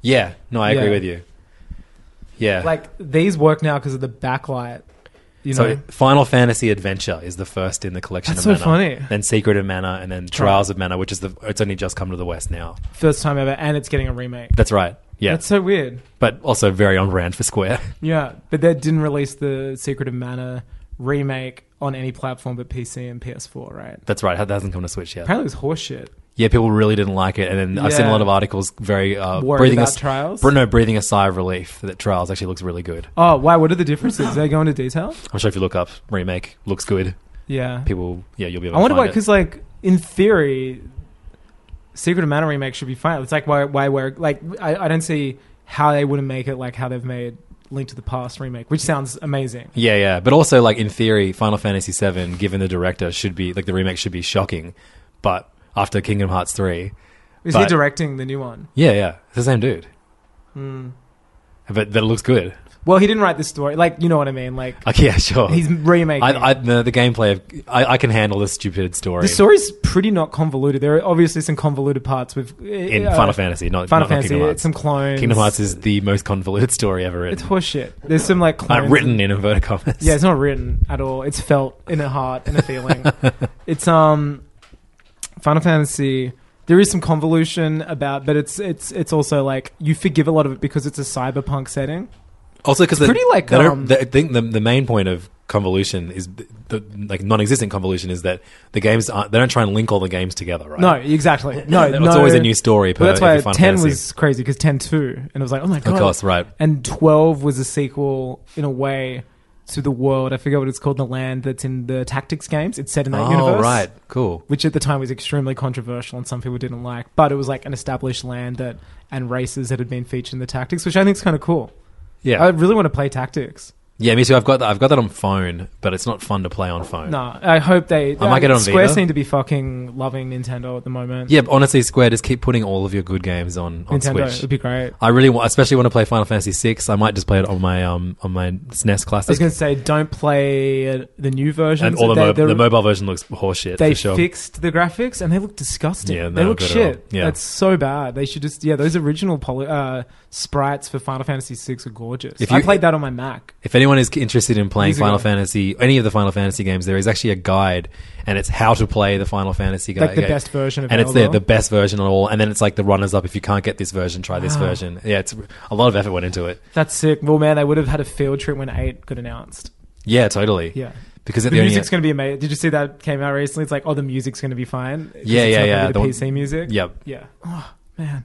Speaker 6: yeah. No, I agree
Speaker 7: Yeah.
Speaker 6: with you. Yeah,
Speaker 7: Like these work now because of the backlight. You
Speaker 6: so
Speaker 7: know.
Speaker 6: Final Fantasy Adventure is the first in the collection.
Speaker 7: That's
Speaker 6: of
Speaker 7: so
Speaker 6: Mana,
Speaker 7: funny.
Speaker 6: Then Secret of Mana, and then Trials of Mana, which is the it's only just come to the West now.
Speaker 7: First time ever, and it's getting a remake.
Speaker 6: That's right. Yeah,
Speaker 7: That's so weird.
Speaker 6: but also very on brand for Square.
Speaker 7: Yeah, but they didn't release the Secret of Mana remake on any platform but PC and PS4, right?
Speaker 6: That's right. That hasn't come to Switch yet.
Speaker 7: Apparently, it was horseshit.
Speaker 6: Yeah, people really didn't like it, and then I've seen a
Speaker 7: Yeah.
Speaker 6: lot of articles very uh,
Speaker 7: Worried
Speaker 6: breathing
Speaker 7: about
Speaker 6: a,
Speaker 7: Trials?
Speaker 6: Bruno breathing a sigh of relief that Trials actually looks really good.
Speaker 7: Oh wow, what are the differences? Do they go into detail?
Speaker 6: I'm sure if you look up remake, looks good.
Speaker 7: Yeah,
Speaker 6: People, yeah, you'll be able.
Speaker 7: I
Speaker 6: to
Speaker 7: wonder why,
Speaker 6: find it.
Speaker 7: because like in theory, Secret of Mana remake should be fine. It's like why why we're like I, I don't see how they wouldn't make it like how they've made Link to the Past remake, which sounds amazing.
Speaker 6: Yeah, yeah, but also like in theory, Final Fantasy VII, given the director, should be like the remake should be shocking, but after Kingdom Hearts three,
Speaker 7: Is he
Speaker 6: But-
Speaker 7: directing the new one?
Speaker 6: yeah, yeah, it's the same dude.
Speaker 7: Hmm.
Speaker 6: But that looks good.
Speaker 7: Well, he didn't write the story. Like you know what I mean? Like
Speaker 6: Like, yeah, sure.
Speaker 7: he's remaking.
Speaker 6: I, I, the, the gameplay, of, I, I can handle this stupid story,
Speaker 7: the story's pretty not convoluted. There are obviously some convoluted parts with uh,
Speaker 6: in Final Fantasy, not
Speaker 7: Final
Speaker 6: not
Speaker 7: Fantasy,
Speaker 6: Kingdom Hearts.
Speaker 7: some clones.
Speaker 6: Kingdom Hearts is the most convoluted story ever
Speaker 7: it's
Speaker 6: written.
Speaker 7: horseshit. There's some like
Speaker 6: Uh,
Speaker 7: clones.
Speaker 6: written in inverted commas.
Speaker 7: Yeah, it's not written at all. It's felt in a heart, in a feeling. it's um Final Fantasy. There is some convolution about, but it's it's it's also like you forgive a lot of it because it's a cyberpunk setting.
Speaker 6: Also, because
Speaker 7: It's pretty, like, um,
Speaker 6: I think the, the main point of convolution is the, the like non-existent convolution is that the games aren't, they don't try and link all the games together, right?
Speaker 7: No, exactly. No,
Speaker 6: It's
Speaker 7: no.
Speaker 6: always a new story per
Speaker 7: Well, that's why
Speaker 6: every Final
Speaker 7: ten
Speaker 6: Fantasy.
Speaker 7: was crazy because ten two, and it was like, oh my god,
Speaker 6: course, right.
Speaker 7: And twelve was a sequel in a way to the world. I forget what it's called, the land that's in the tactics games. It's set in that
Speaker 6: Oh,
Speaker 7: universe,
Speaker 6: right, cool.
Speaker 7: which at the time was extremely controversial and some people didn't like. But it was like an established land that and races that had been featured in the tactics, which I think is kind of cool.
Speaker 6: Yeah,
Speaker 7: I really want to play tactics.
Speaker 6: yeah. Me too. I've got that. I've got that on phone, but it's not fun to play on phone.
Speaker 7: No, I hope they.
Speaker 6: I might get it on
Speaker 7: Square
Speaker 6: Vita.
Speaker 7: seem to be fucking loving Nintendo at the moment.
Speaker 6: Yeah, but honestly, Square just keep putting all of your good games on on
Speaker 7: Nintendo
Speaker 6: Switch.
Speaker 7: would be great.
Speaker 6: I really, want, especially want to play Final Fantasy VI. I might just play it on my um on my SNES
Speaker 7: I was
Speaker 6: Classic.
Speaker 7: going to say, don't play uh, the new version.
Speaker 6: and all the, mo- the mobile version looks horseshit.
Speaker 7: They
Speaker 6: for sure.
Speaker 7: fixed the graphics and they look disgusting.
Speaker 6: Yeah,
Speaker 7: they
Speaker 6: no,
Speaker 7: look
Speaker 6: good at all.
Speaker 7: shit.
Speaker 6: Yeah.
Speaker 7: That's so bad. They should just yeah. Those original poly- uh, sprites for Final Fantasy VI are gorgeous.
Speaker 6: If
Speaker 7: I
Speaker 6: you-
Speaker 7: played that on my Mac.
Speaker 6: If anyone is interested in playing
Speaker 7: Easy
Speaker 6: Final
Speaker 7: guy.
Speaker 6: Fantasy, any of the Final Fantasy games, there is actually a guide, and it's how to play the Final Fantasy guide.
Speaker 7: Like the best version
Speaker 6: and it's the,
Speaker 7: available.
Speaker 6: the best version at all. And then it's like the runners up. If you can't get this version, try
Speaker 7: Ah.
Speaker 6: this version. Yeah, it's a lot of effort went into it.
Speaker 7: That's sick. Well, man, they would have had a field trip when eight got announced.
Speaker 6: Yeah, totally.
Speaker 7: Yeah.
Speaker 6: because
Speaker 7: The,
Speaker 6: at the, only
Speaker 7: music's going to be amazing. Did you see that came out recently? It's like, oh, the music's going to be fine. 'Cause
Speaker 6: Yeah, yeah,
Speaker 7: it's not gonna
Speaker 6: yeah.
Speaker 7: be The,
Speaker 6: The one-
Speaker 7: PC music.
Speaker 6: Yep.
Speaker 7: Yeah. Oh man,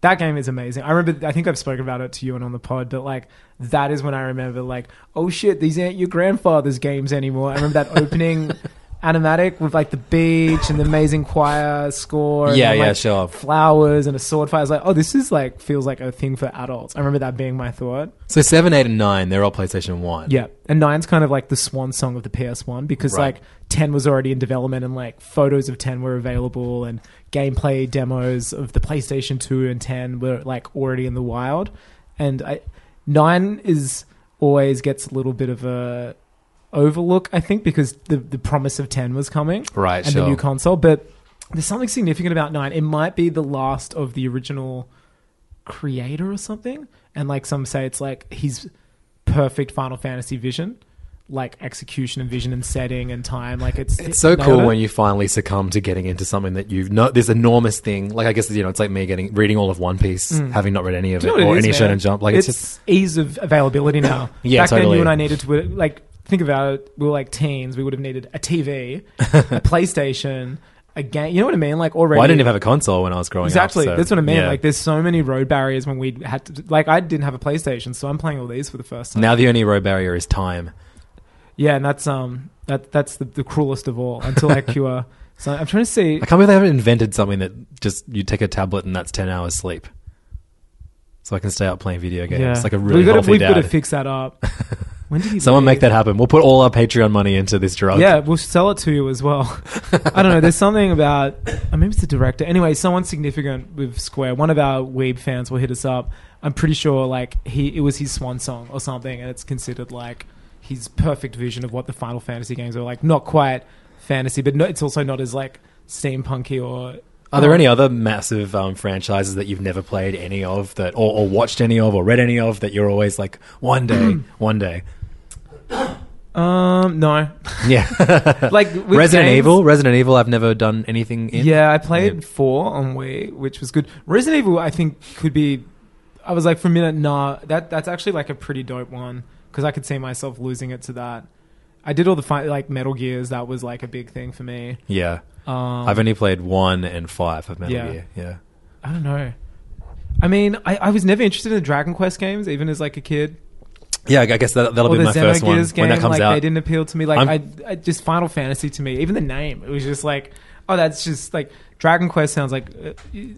Speaker 7: that game is amazing. I remember. I think I've spoken about it to you and on the pod, but like that is when I remember. Like, oh shit, these aren't your grandfather's games anymore. I remember that opening. Animatic with like the beach and the amazing choir score. and
Speaker 6: Yeah,
Speaker 7: then,
Speaker 6: yeah,
Speaker 7: like,
Speaker 6: sure.
Speaker 7: Flowers and a sword fight. I was like, oh, this is like feels like a thing for adults. I remember that being my thought.
Speaker 6: so seven, eight, and nine, they're all PlayStation One.
Speaker 7: Yeah, and nine's kind of like the swan song of the PS1 because
Speaker 6: Right.
Speaker 7: like ten was already in development and like photos of ten were available and gameplay demos of the PlayStation two and ten were like already in the wild, and I nine is always gets a little bit of a overlook I think because the the promise of ten was coming
Speaker 6: Right,
Speaker 7: and the
Speaker 6: sure.
Speaker 7: new console, but there's something significant about nine. It might be the last of the original creator or something, and like some say it's like his perfect Final Fantasy vision, like execution and vision and setting and time. Like it's
Speaker 6: It's so cool when you finally succumb to getting into something that you've know this enormous thing. Like I guess you know, it's like me getting reading all of One Piece, having not read any of it,
Speaker 7: Mm. know what
Speaker 6: or
Speaker 7: it is,
Speaker 6: any
Speaker 7: man?
Speaker 6: Shonen Jump. Like
Speaker 7: it's,
Speaker 6: it's, just
Speaker 7: ease of availability now.
Speaker 6: Yeah,
Speaker 7: back then
Speaker 6: totally.
Speaker 7: you and I needed to like think about it. We were like teens. We would have needed a TV, a PlayStation, a game. You know what I mean? Like already.
Speaker 6: well, I didn't even have a console when I was growing
Speaker 7: Exactly.
Speaker 6: up. so-
Speaker 7: That's what I mean.
Speaker 6: yeah.
Speaker 7: Like, there's so many road barriers when we had to. Like, I didn't have a PlayStation, so I'm playing all these for the first time.
Speaker 6: Now the only road barrier is time.
Speaker 7: Yeah, and that's um, that that's the, the cruelest of all. Until I cure. So I'm trying to see.
Speaker 6: I can't believe they haven't invented something that just you take a tablet and that's ten hours sleep. So I can stay up playing video games. It's like a really
Speaker 7: we've gotta,
Speaker 6: healthy
Speaker 7: we've
Speaker 6: dad.
Speaker 7: gotta fix that up. When did he
Speaker 6: Someone
Speaker 7: leave?
Speaker 6: make that happen. We'll put all our Patreon money into this drug.
Speaker 7: Yeah, we'll sell it to you as well. I don't know. There's something about. I maybe it's the director. Anyway, someone significant with Square. One of our Weeb fans will hit us up. I'm pretty sure like he it was his swan song or something, and it's considered like his perfect vision of what the Final Fantasy games are like. Not quite fantasy, but no, it's also not as like steampunky or. Oh,
Speaker 6: Are there any other massive um, franchises that you've never played any of that, or, or watched any of, or read any of that you're always like, one day, one day?
Speaker 7: Um, no.
Speaker 6: Yeah.
Speaker 7: Like with
Speaker 6: Resident
Speaker 7: games-
Speaker 6: Evil. Resident Evil. I've never done anything in.
Speaker 7: Yeah, I played four on Wii, which was good. Resident Evil, I think, could be. I was like, for a minute, nah, that that's actually like a pretty dope one because I could see myself losing it to that. I did all the fight like Metal Gears. That was like a big thing for me.
Speaker 6: Yeah.
Speaker 7: Um,
Speaker 6: I've only played one and five of Metal
Speaker 7: Yeah.
Speaker 6: Gear. Yeah.
Speaker 7: I don't know. I mean, I, I was never interested in the Dragon Quest games, even as like a kid.
Speaker 6: Yeah, I guess that, that'll be
Speaker 7: or the
Speaker 6: my first one
Speaker 7: Xenogears game,
Speaker 6: when that comes
Speaker 7: like,
Speaker 6: out.
Speaker 7: They didn't appeal to me. Like I,
Speaker 6: I'm-
Speaker 7: I just Final Fantasy to me, even the name, it was just like, oh, that's just like Dragon Quest sounds like a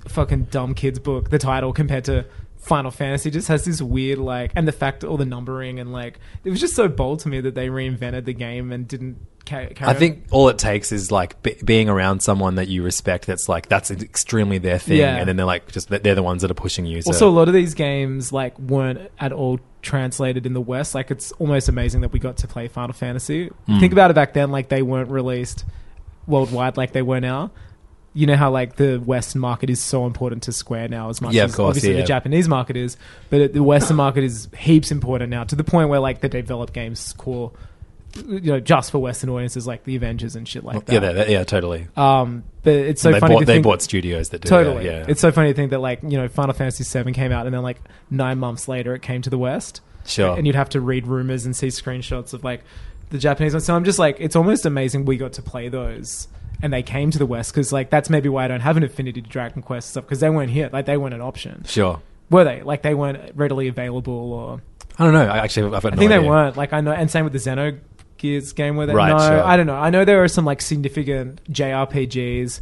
Speaker 7: fucking dumb kids book. The title compared to Final Fantasy just has this weird like, and the fact all the numbering and like it was just so bold to me that they reinvented the game and didn't. Ca- carry
Speaker 6: I think all it takes is like b- being around someone that you respect. That's like that's extremely their thing,
Speaker 7: Yeah.
Speaker 6: and then they're like just they're the ones that are pushing you. So.
Speaker 7: Also, a lot of these games like weren't at all translated in the West. Like, it's almost amazing that we got to play Final Fantasy.
Speaker 6: Mm.
Speaker 7: Think about it back then; like they weren't released worldwide like they were now. You know how like the Western market is so important to Square now, as much
Speaker 6: Yeah, of
Speaker 7: as
Speaker 6: course,
Speaker 7: obviously
Speaker 6: yeah.
Speaker 7: the Japanese market is, but it- the Western market is heaps important now to the point where like they develop games score, you know, just for Western audiences, like the Avengers and shit like that.
Speaker 6: yeah, that, that- yeah, totally.
Speaker 7: um, but it's so
Speaker 6: they
Speaker 7: funny.
Speaker 6: bought
Speaker 7: to
Speaker 6: they
Speaker 7: think-
Speaker 6: bought studios that do
Speaker 7: Totally.
Speaker 6: That, yeah,
Speaker 7: It's so funny to think that like, you know, Final Fantasy VII came out and then like nine months later it came to the West.
Speaker 6: Sure.
Speaker 7: And you'd have to read rumors and see screenshots of like the Japanese ones. So I'm just like, it's almost amazing we got to play those and they came to the West because like that's maybe why I don't have an affinity to Dragon Quest stuff because they weren't here. Like they weren't an option.
Speaker 6: sure.
Speaker 7: Were they? Like they weren't readily available or.
Speaker 6: I don't know. I actually I've got
Speaker 7: I
Speaker 6: no
Speaker 7: think they
Speaker 6: idea.
Speaker 7: weren't. Like I know, and same with the Xeno Gears game where they
Speaker 6: Right,
Speaker 7: no,
Speaker 6: sure.
Speaker 7: I don't know. I know there are some like significant JRPGs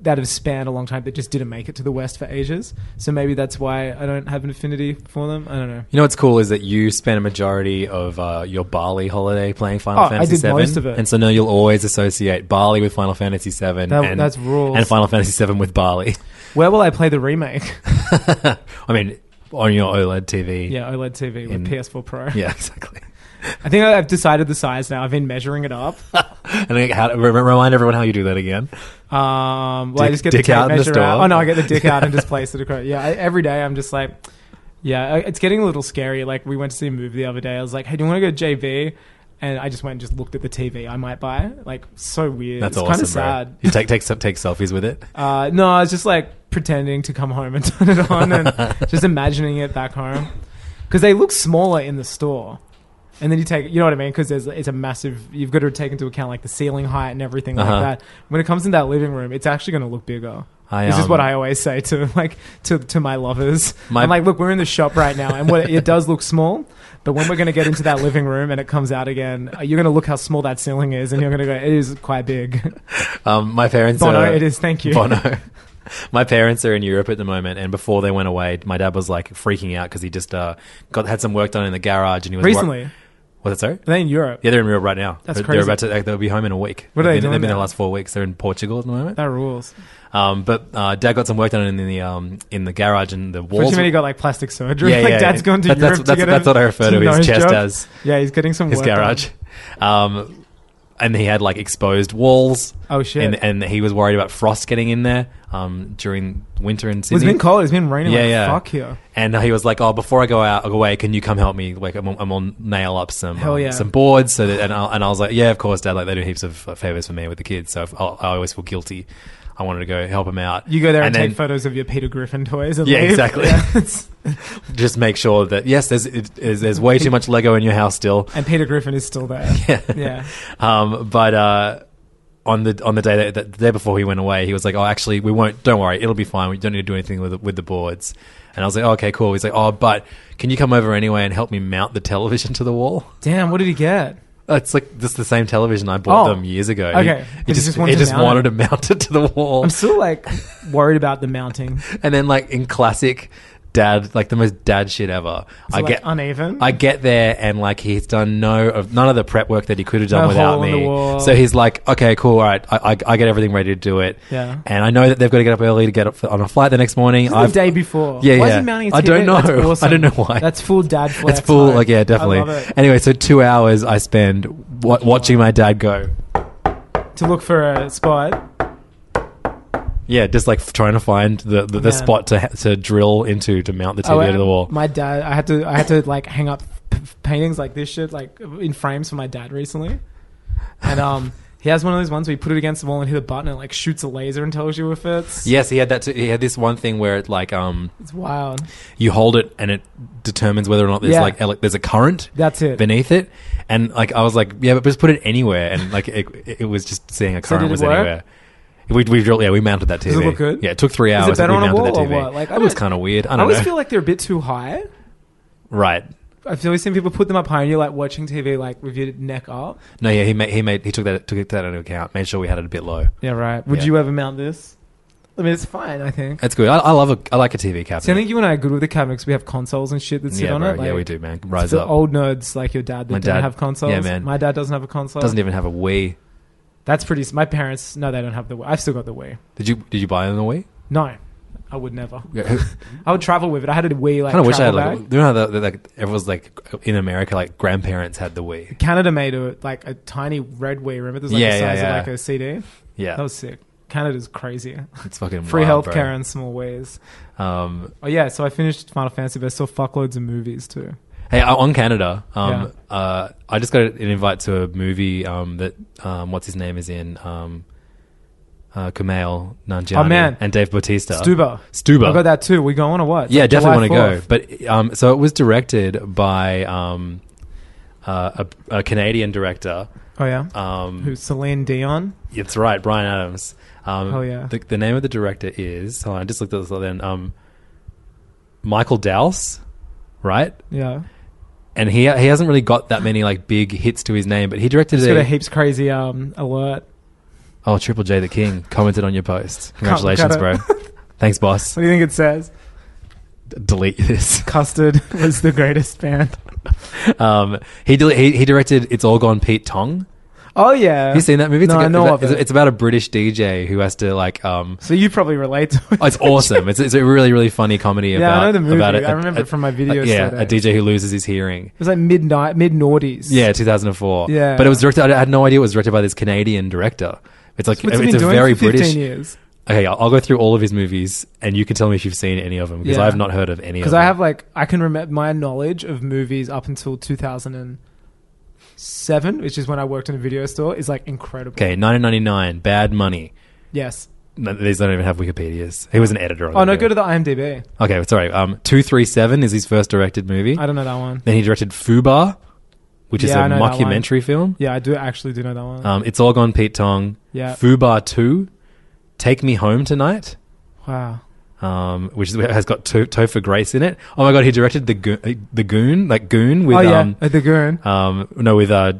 Speaker 7: that have spanned a long time that just didn't make it to the West for ages. So maybe that's why I don't have an affinity for them. I don't know.
Speaker 6: You know what's cool is that you spent a majority of uh, your Bali holiday playing Final
Speaker 7: Oh, I
Speaker 6: Fantasy
Speaker 7: did
Speaker 6: VII,
Speaker 7: most of it.
Speaker 6: and so now you'll always associate Bali with Final Fantasy VII.
Speaker 7: That-
Speaker 6: and,
Speaker 7: that's rules.
Speaker 6: And Final Fantasy VII with Bali.
Speaker 7: Where will I play the remake?
Speaker 6: I mean, on your E OLED TV.
Speaker 7: yeah, OLED TV with
Speaker 6: In-
Speaker 7: PS4 Pro.
Speaker 6: yeah, exactly.
Speaker 7: I think I've decided the size now. I've been measuring it up.
Speaker 6: And then how, re- remind everyone how you do that again.
Speaker 7: Um, well, I
Speaker 6: Dick-
Speaker 7: just get the
Speaker 6: dick
Speaker 7: tape
Speaker 6: out in the
Speaker 7: measure out.
Speaker 6: store.
Speaker 7: Oh no, I get the dick out and just place it across. Yeah, I, every day I'm just like, yeah, I- it's getting a little scary. Like we went to see a movie the other day. I was like, hey, do you want to go to JB? And I just went and just looked at the TV I might buy. Like so weird.
Speaker 6: That's
Speaker 7: it's
Speaker 6: awesome.
Speaker 7: Kind of
Speaker 6: bro.
Speaker 7: sad.
Speaker 6: You take take take selfies with it.
Speaker 7: Uh, no, I was just like pretending to come home and turn it on and just imagining it back home because they look smaller in the store. And then you take, you know what I mean? Because there's it's a massive. You've got to take into account like the ceiling height and everything
Speaker 6: Uh-huh.
Speaker 7: like that. When it comes in that living room, it's actually going to look bigger.
Speaker 6: I,
Speaker 7: this is
Speaker 6: um,
Speaker 7: what I always say to like to to my lovers.
Speaker 6: My-
Speaker 7: I'm like, look, we're in the shop right now, and what, it does look small. But when we're going to get into that living room and it comes out again, uh, you're going to look how small that ceiling is, and you're going to go, it is quite big.
Speaker 6: Um, my parents.
Speaker 7: Bono,
Speaker 6: are,
Speaker 7: it is. Thank you.
Speaker 6: Bono. My parents are in Europe at the moment, and before they went away, my dad was like freaking out because he just uh, got had some work done in the garage, and he was wor-
Speaker 7: Recently,
Speaker 6: was it sorry?
Speaker 7: Are they in Europe.
Speaker 6: Yeah, they're in Europe right now.
Speaker 7: That's
Speaker 6: they're,
Speaker 7: crazy.
Speaker 6: They're about to. They'll be home in a week.
Speaker 7: What are
Speaker 6: they've
Speaker 7: they
Speaker 6: been,
Speaker 7: doing
Speaker 6: They've been there
Speaker 7: now?
Speaker 6: the last four weeks. They're in Portugal at the moment.
Speaker 7: That rules.
Speaker 6: Um, but uh, dad got some work done in the um, in the garage, and the
Speaker 7: What
Speaker 6: walls.
Speaker 7: do you mean
Speaker 6: were-
Speaker 7: he got like plastic surgery?
Speaker 6: Yeah,
Speaker 7: like
Speaker 6: yeah,
Speaker 7: dad's
Speaker 6: yeah.
Speaker 7: gone to
Speaker 6: That-
Speaker 7: Europe
Speaker 6: that's-
Speaker 7: to
Speaker 6: that's-
Speaker 7: get a-
Speaker 6: that's what I refer
Speaker 7: to
Speaker 6: to his
Speaker 7: nose
Speaker 6: chest
Speaker 7: job.
Speaker 6: as.
Speaker 7: Yeah, he's getting some
Speaker 6: his
Speaker 7: work done.
Speaker 6: garage. Um, and he had like exposed walls.
Speaker 7: Oh, shit.
Speaker 6: And, and he was worried about frost getting in there um, during winter in Sydney.
Speaker 7: It's been cold. It's been raining.
Speaker 6: Yeah,
Speaker 7: like
Speaker 6: yeah.
Speaker 7: Fuck here.
Speaker 6: And he was like, "Oh, before I go out away, can you come help me? Like, I'm, I'm on nail up some
Speaker 7: Hell
Speaker 6: um,
Speaker 7: yeah.
Speaker 6: some boards." So that, and I, and I was like, "Yeah, of course, Dad. Like, they do heaps of uh, favors for me with the kids, so I, I always feel guilty. I wanted to go help him out.
Speaker 7: You go there and,
Speaker 6: then
Speaker 7: take photos of your Peter Griffin toys. And
Speaker 6: Yeah,
Speaker 7: leave.
Speaker 6: exactly.
Speaker 7: Yeah, it's-
Speaker 6: Just make sure that yes, there's it, is, there's way too much Lego in your house still.
Speaker 7: and Peter Griffin is still there.
Speaker 6: Yeah.
Speaker 7: Yeah.
Speaker 6: Um, but uh, on the on the day that, that the day before he went away, he was like, "Oh, actually, we won't. Don't worry, it'll be fine. We don't need to do anything with the- with the boards." And I was like, oh, "Okay, cool." He's like, "Oh, but can you come over anyway and help me mount the television to the wall?"
Speaker 7: Damn. What did he get?
Speaker 6: Oh, It's like this the same television I bought
Speaker 7: Oh.
Speaker 6: them years ago.
Speaker 7: Okay.
Speaker 6: He- he,
Speaker 7: But he
Speaker 6: just,
Speaker 7: just
Speaker 6: he
Speaker 7: wanted to
Speaker 6: just
Speaker 7: mount
Speaker 6: wanted
Speaker 7: it.
Speaker 6: to mount it to the wall,
Speaker 7: I'm still like worried about the mounting.
Speaker 6: and then like in classic dad, like the most dad shit ever. I
Speaker 7: like,
Speaker 6: get
Speaker 7: uneven?
Speaker 6: I get there and like he's done no of none of the prep work that he could have done
Speaker 7: No
Speaker 6: without
Speaker 7: hole in the
Speaker 6: me.
Speaker 7: wall.
Speaker 6: So he's like, okay, cool, all right, I, I, I get everything ready to do it.
Speaker 7: Yeah.
Speaker 6: and I know that they've got to get up early to get up for, on a flight the next morning.
Speaker 7: This is
Speaker 6: I've-
Speaker 7: the day before.
Speaker 6: Yeah,
Speaker 7: Why is
Speaker 6: yeah.
Speaker 7: he mounting a
Speaker 6: I don't
Speaker 7: TV?
Speaker 6: know.
Speaker 7: That's awesome.
Speaker 6: I don't know why.
Speaker 7: That's full dad flex.
Speaker 6: it's full.
Speaker 7: mode.
Speaker 6: Like yeah,
Speaker 7: I
Speaker 6: definitely.
Speaker 7: love it.
Speaker 6: Anyway, so two hours I spend w- watching my dad go.
Speaker 7: To look for a spot.
Speaker 6: Yeah, just like f- trying to find the, the, the
Speaker 7: Man.
Speaker 6: spot to ha- to drill into to mount the TV
Speaker 7: Oh,
Speaker 6: to the wall.
Speaker 7: My dad, I had to, I had to like hang up p- p- paintings like this shit, like in frames for my dad recently, and um. He has one of those ones where you put it against the wall and hit a button and it like shoots a laser and tells you if it's.
Speaker 6: Yes, he had that. Too. He had this one thing where it like um
Speaker 7: It's wild.
Speaker 6: you hold it and it determines whether or not there's
Speaker 7: Yeah.
Speaker 6: like ele- there's a current
Speaker 7: That's it.
Speaker 6: beneath it. And like I was like, yeah, but just put it anywhere, and like it, it was just seeing a
Speaker 7: So
Speaker 6: current
Speaker 7: did it
Speaker 6: was
Speaker 7: work?
Speaker 6: anywhere. We we drilled, yeah we mounted that TV.
Speaker 7: it look good?
Speaker 6: Yeah, it took three
Speaker 7: Is it
Speaker 6: hours.
Speaker 7: better
Speaker 6: we
Speaker 7: on a
Speaker 6: mounted
Speaker 7: wall
Speaker 6: that
Speaker 7: or
Speaker 6: TV.
Speaker 7: what? Like, I
Speaker 6: it was
Speaker 7: don't-
Speaker 6: kind of weird. I
Speaker 7: I,
Speaker 6: don't
Speaker 7: always
Speaker 6: know.
Speaker 7: feel like they're a bit too high.
Speaker 6: right.
Speaker 7: I've always seen people put them up high, and you're like watching TV like with your neck up.
Speaker 6: No, yeah, he made he made he took that took that into account. Made sure we had it a bit low.
Speaker 7: Yeah, right. Would
Speaker 6: Yeah.
Speaker 7: you ever mount this? I mean, it's fine. I think.
Speaker 6: That's good. I, I love a I like a TV cabinet.
Speaker 7: See, I think you and I are good with the cabinet because we have consoles and shit that sit
Speaker 6: yeah,
Speaker 7: on
Speaker 6: bro,
Speaker 7: it.
Speaker 6: yeah,
Speaker 7: like,
Speaker 6: we do, man.
Speaker 7: it's
Speaker 6: Rise
Speaker 7: for
Speaker 6: up.
Speaker 7: old nerds like your dad that
Speaker 6: My
Speaker 7: don't
Speaker 6: dad-
Speaker 7: have consoles.
Speaker 6: yeah, man.
Speaker 7: My dad doesn't have a console.
Speaker 6: Doesn't even have a Wii.
Speaker 7: That's pretty. s- My parents, no, they don't have the. Wii. I've still got the Wii.
Speaker 6: Did you did you buy him a Wii?
Speaker 7: No, I would never.
Speaker 6: Yeah.
Speaker 7: I would travel with it. I had a Wii. Like,
Speaker 6: I kind of wish I had
Speaker 7: travel
Speaker 6: like,
Speaker 7: bag.
Speaker 6: you know how the, the, like everyone's like in America like grandparents had the Wii.
Speaker 7: Canada made a like a tiny red Wii. Remember, there's like
Speaker 6: Yeah,
Speaker 7: a
Speaker 6: yeah,
Speaker 7: size
Speaker 6: yeah.
Speaker 7: of like a CD.
Speaker 6: Yeah,
Speaker 7: That was sick. Canada's crazy.
Speaker 6: it's fucking
Speaker 7: Free
Speaker 6: wild,
Speaker 7: healthcare
Speaker 6: bro.
Speaker 7: and small ways.
Speaker 6: Um,
Speaker 7: Oh yeah, so I finished Final Fantasy, but I saw fuckloads of movies too.
Speaker 6: hey, uh, on Canada, um, uh, I just got an invite to a movie um, that um, what's his name is in. Um, uh, Kumail Nanjiani
Speaker 7: Oh, man.
Speaker 6: and Dave Bautista.
Speaker 7: Stuba.
Speaker 6: Stuba.
Speaker 7: I got that too. We going or what?
Speaker 6: Yeah,
Speaker 7: Like,
Speaker 6: definitely
Speaker 7: July
Speaker 6: want to
Speaker 7: 4th.
Speaker 6: go. But um, so it was directed by um, uh, a, a Canadian director.
Speaker 7: Oh yeah.
Speaker 6: Um,
Speaker 7: Who's Celine Dion?
Speaker 6: It's right, Brian Adams. Um,
Speaker 7: Oh, yeah.
Speaker 6: The, the name of the director is. Hold on, I just looked at this. Then um, Michael Douse, right?
Speaker 7: Yeah.
Speaker 6: And he he hasn't really got that many like big hits to his name, but he directed
Speaker 7: He's got a
Speaker 6: a,
Speaker 7: heaps crazy um alert.
Speaker 6: oh Triple J the King commented on your post. Congratulations, bro.
Speaker 7: cut it.
Speaker 6: Thanks, boss.
Speaker 7: What do you think it says?
Speaker 6: D- delete this.
Speaker 7: Custard was the greatest band.
Speaker 6: Um, he, dele- he he directed It's All Gone, Pete Tong.
Speaker 7: Oh yeah.
Speaker 6: Have you seen that movie? It's
Speaker 7: No,
Speaker 6: like a-
Speaker 7: I know
Speaker 6: it's a-
Speaker 7: of
Speaker 6: it's,
Speaker 7: it.
Speaker 6: a- it's about a British DJ who has to like um.
Speaker 7: so you probably relate to it.
Speaker 6: Oh, it's awesome. It's, it's a really, really funny comedy
Speaker 7: Yeah, I
Speaker 6: about
Speaker 7: know the movie.
Speaker 6: about a-
Speaker 7: I remember
Speaker 6: a-
Speaker 7: it from my
Speaker 6: a-
Speaker 7: videos
Speaker 6: yeah,
Speaker 7: today.
Speaker 6: a DJ who loses his hearing.
Speaker 7: It was like midnight, mid noughties.
Speaker 6: Yeah, 2004.
Speaker 7: Yeah.
Speaker 6: but it was directed. I had no idea it was directed by this Canadian director. It's like
Speaker 7: What's he
Speaker 6: it's
Speaker 7: been
Speaker 6: a
Speaker 7: doing
Speaker 6: very
Speaker 7: for 15
Speaker 6: British.
Speaker 7: years?
Speaker 6: Okay, I'll, I'll go through all of his movies, and you can tell me if you've seen any of them because
Speaker 7: Yeah.
Speaker 6: I've not heard of any. of
Speaker 7: Because I
Speaker 6: them.
Speaker 7: have like I can remember my knowledge of movies up until 2007, which is when I worked in a video store, is like incredible.
Speaker 6: Okay, 1999, Bad Money.
Speaker 7: Yes.
Speaker 6: No, these don't even have Wikipedia's. He was an editor. On
Speaker 7: Oh
Speaker 6: the
Speaker 7: no,
Speaker 6: movie.
Speaker 7: go to the IMDb.
Speaker 6: Okay, sorry. Um, two three seven is his first directed movie.
Speaker 7: I don't know that one.
Speaker 6: Then he directed Fubar, which is a
Speaker 7: Yeah, I know that one.
Speaker 6: mockumentary film.
Speaker 7: Yeah, I do actually do know that one.
Speaker 6: Um, it's all gone, Pete Tong.
Speaker 7: Yeah.
Speaker 6: Fubar two, Take Me Home Tonight.
Speaker 7: wow.
Speaker 6: um, which is- has got to- Topher Grace in it. Oh my god, he directed the Goon, uh, the Goon, like Goon with
Speaker 7: oh yeah,
Speaker 6: um,
Speaker 7: Uh, the Goon.
Speaker 6: um, no with uh,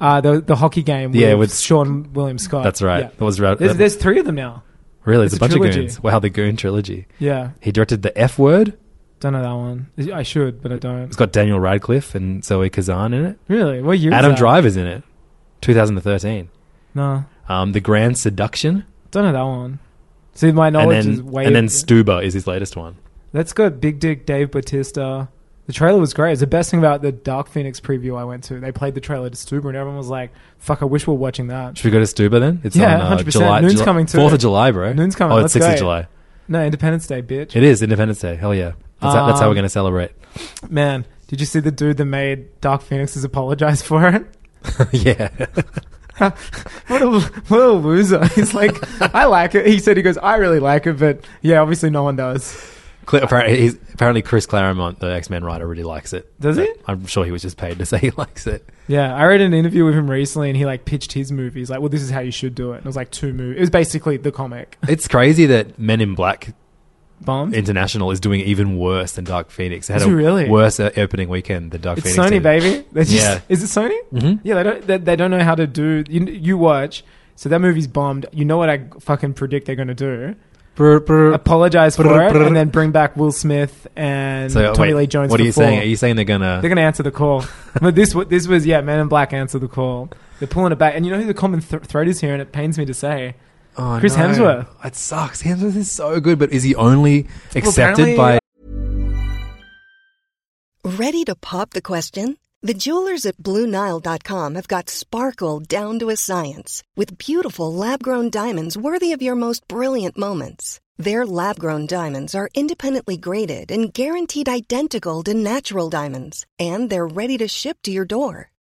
Speaker 7: Uh, the the hockey game.
Speaker 6: Yeah,
Speaker 7: with,
Speaker 6: with-
Speaker 7: Sean William Scott.
Speaker 6: that's right.
Speaker 7: Yeah.
Speaker 6: That was ra-
Speaker 7: There's,
Speaker 6: that-
Speaker 7: there's three of them now.
Speaker 6: really
Speaker 7: it's
Speaker 6: there's a
Speaker 7: a
Speaker 6: bunch
Speaker 7: trilogy.
Speaker 6: of Goons. Wow, the Goon trilogy.
Speaker 7: Yeah,
Speaker 6: He directed the F Word.
Speaker 7: don't know that one. I should, but I
Speaker 6: It's
Speaker 7: don't.
Speaker 6: got Daniel Radcliffe and Zoe Kazan in it.
Speaker 7: Really? What year? is
Speaker 6: Adam
Speaker 7: that?
Speaker 6: Driver's in it. 2013.
Speaker 7: No,
Speaker 6: Um, the Grand Seduction,
Speaker 7: don't know that one. See, my
Speaker 6: and
Speaker 7: knowledge is
Speaker 6: then
Speaker 7: way.
Speaker 6: and then Stuba is his latest one.
Speaker 7: That's good. Big Dick Dave Batista. The trailer was great. It's the best thing about the Dark Phoenix preview I went to. They played the trailer to Stuber, and everyone was like, "Fuck, I wish we were watching that."
Speaker 6: Should we go to Stuba then? It's
Speaker 7: Yeah,
Speaker 6: on, uh,
Speaker 7: 100%.
Speaker 6: July,
Speaker 7: Noon's
Speaker 6: July,
Speaker 7: coming too.
Speaker 6: Fourth of July, bro.
Speaker 7: Noon's coming.
Speaker 6: Oh, it's
Speaker 7: Let's
Speaker 6: sixth of
Speaker 7: go.
Speaker 6: July.
Speaker 7: No, Independence Day, bitch.
Speaker 6: It is Independence Day. Hell yeah. That's, how, that's how
Speaker 7: Um,
Speaker 6: we're going to celebrate.
Speaker 7: Man, did you see the dude that made Dark Phoenix has apologized for it?
Speaker 6: yeah.
Speaker 7: What a, what a loser. He's like, I like it. He said, he goes, I really like it, but yeah, obviously no one does.
Speaker 6: Cl- apparently, he's, apparently, Chris Claremont, the X Men writer, really likes it.
Speaker 7: Does he?
Speaker 6: I'm sure he was just paid to say he likes it.
Speaker 7: Yeah, I read an interview with him recently and he like pitched his movies. Like, well, this is how you should do it. And it was like two movies. It was basically the comic.
Speaker 6: It's crazy that Men in Black
Speaker 7: Bomb.
Speaker 6: International is doing even worse than Dark Phoenix. It had
Speaker 7: Is
Speaker 6: a
Speaker 7: it really?
Speaker 6: worse uh, opening weekend than Dark
Speaker 7: It's
Speaker 6: Phoenix.
Speaker 7: Sony,
Speaker 6: did.
Speaker 7: baby. They just-
Speaker 6: Yeah.
Speaker 7: Is it Sony?
Speaker 6: Mhm.
Speaker 7: Yeah, they don't, they, they don't know how to do. You, you watch. So that movie's bombed. You know what I fucking predict they're going to do?
Speaker 6: Brr, brr.
Speaker 7: Apologize for
Speaker 6: Brr,
Speaker 7: it
Speaker 6: brr.
Speaker 7: and then bring back Will Smith and
Speaker 6: So, uh,
Speaker 7: Tommy
Speaker 6: wait,
Speaker 7: Lee Jones.
Speaker 6: What
Speaker 7: for
Speaker 6: are you
Speaker 7: four.
Speaker 6: saying? Are you saying they're gonna?
Speaker 7: They're going to answer the call. but this wa- this was, yeah, Man in Black answer the call. They're pulling it back. And you know who the common th- thread is here? And it pains me to say.
Speaker 6: Oh,
Speaker 7: Chris
Speaker 6: no.
Speaker 7: Hemsworth.
Speaker 6: It sucks. Hemsworth is so good, but is he only accepted
Speaker 7: apparently-
Speaker 6: by?
Speaker 8: Ready to pop the question? The jewelers at BlueNile.com have got sparkle down to a science with beautiful lab grown diamonds worthy of your most brilliant moments. Their lab grown diamonds are independently graded and guaranteed identical to natural diamonds, and they're ready to ship to your door.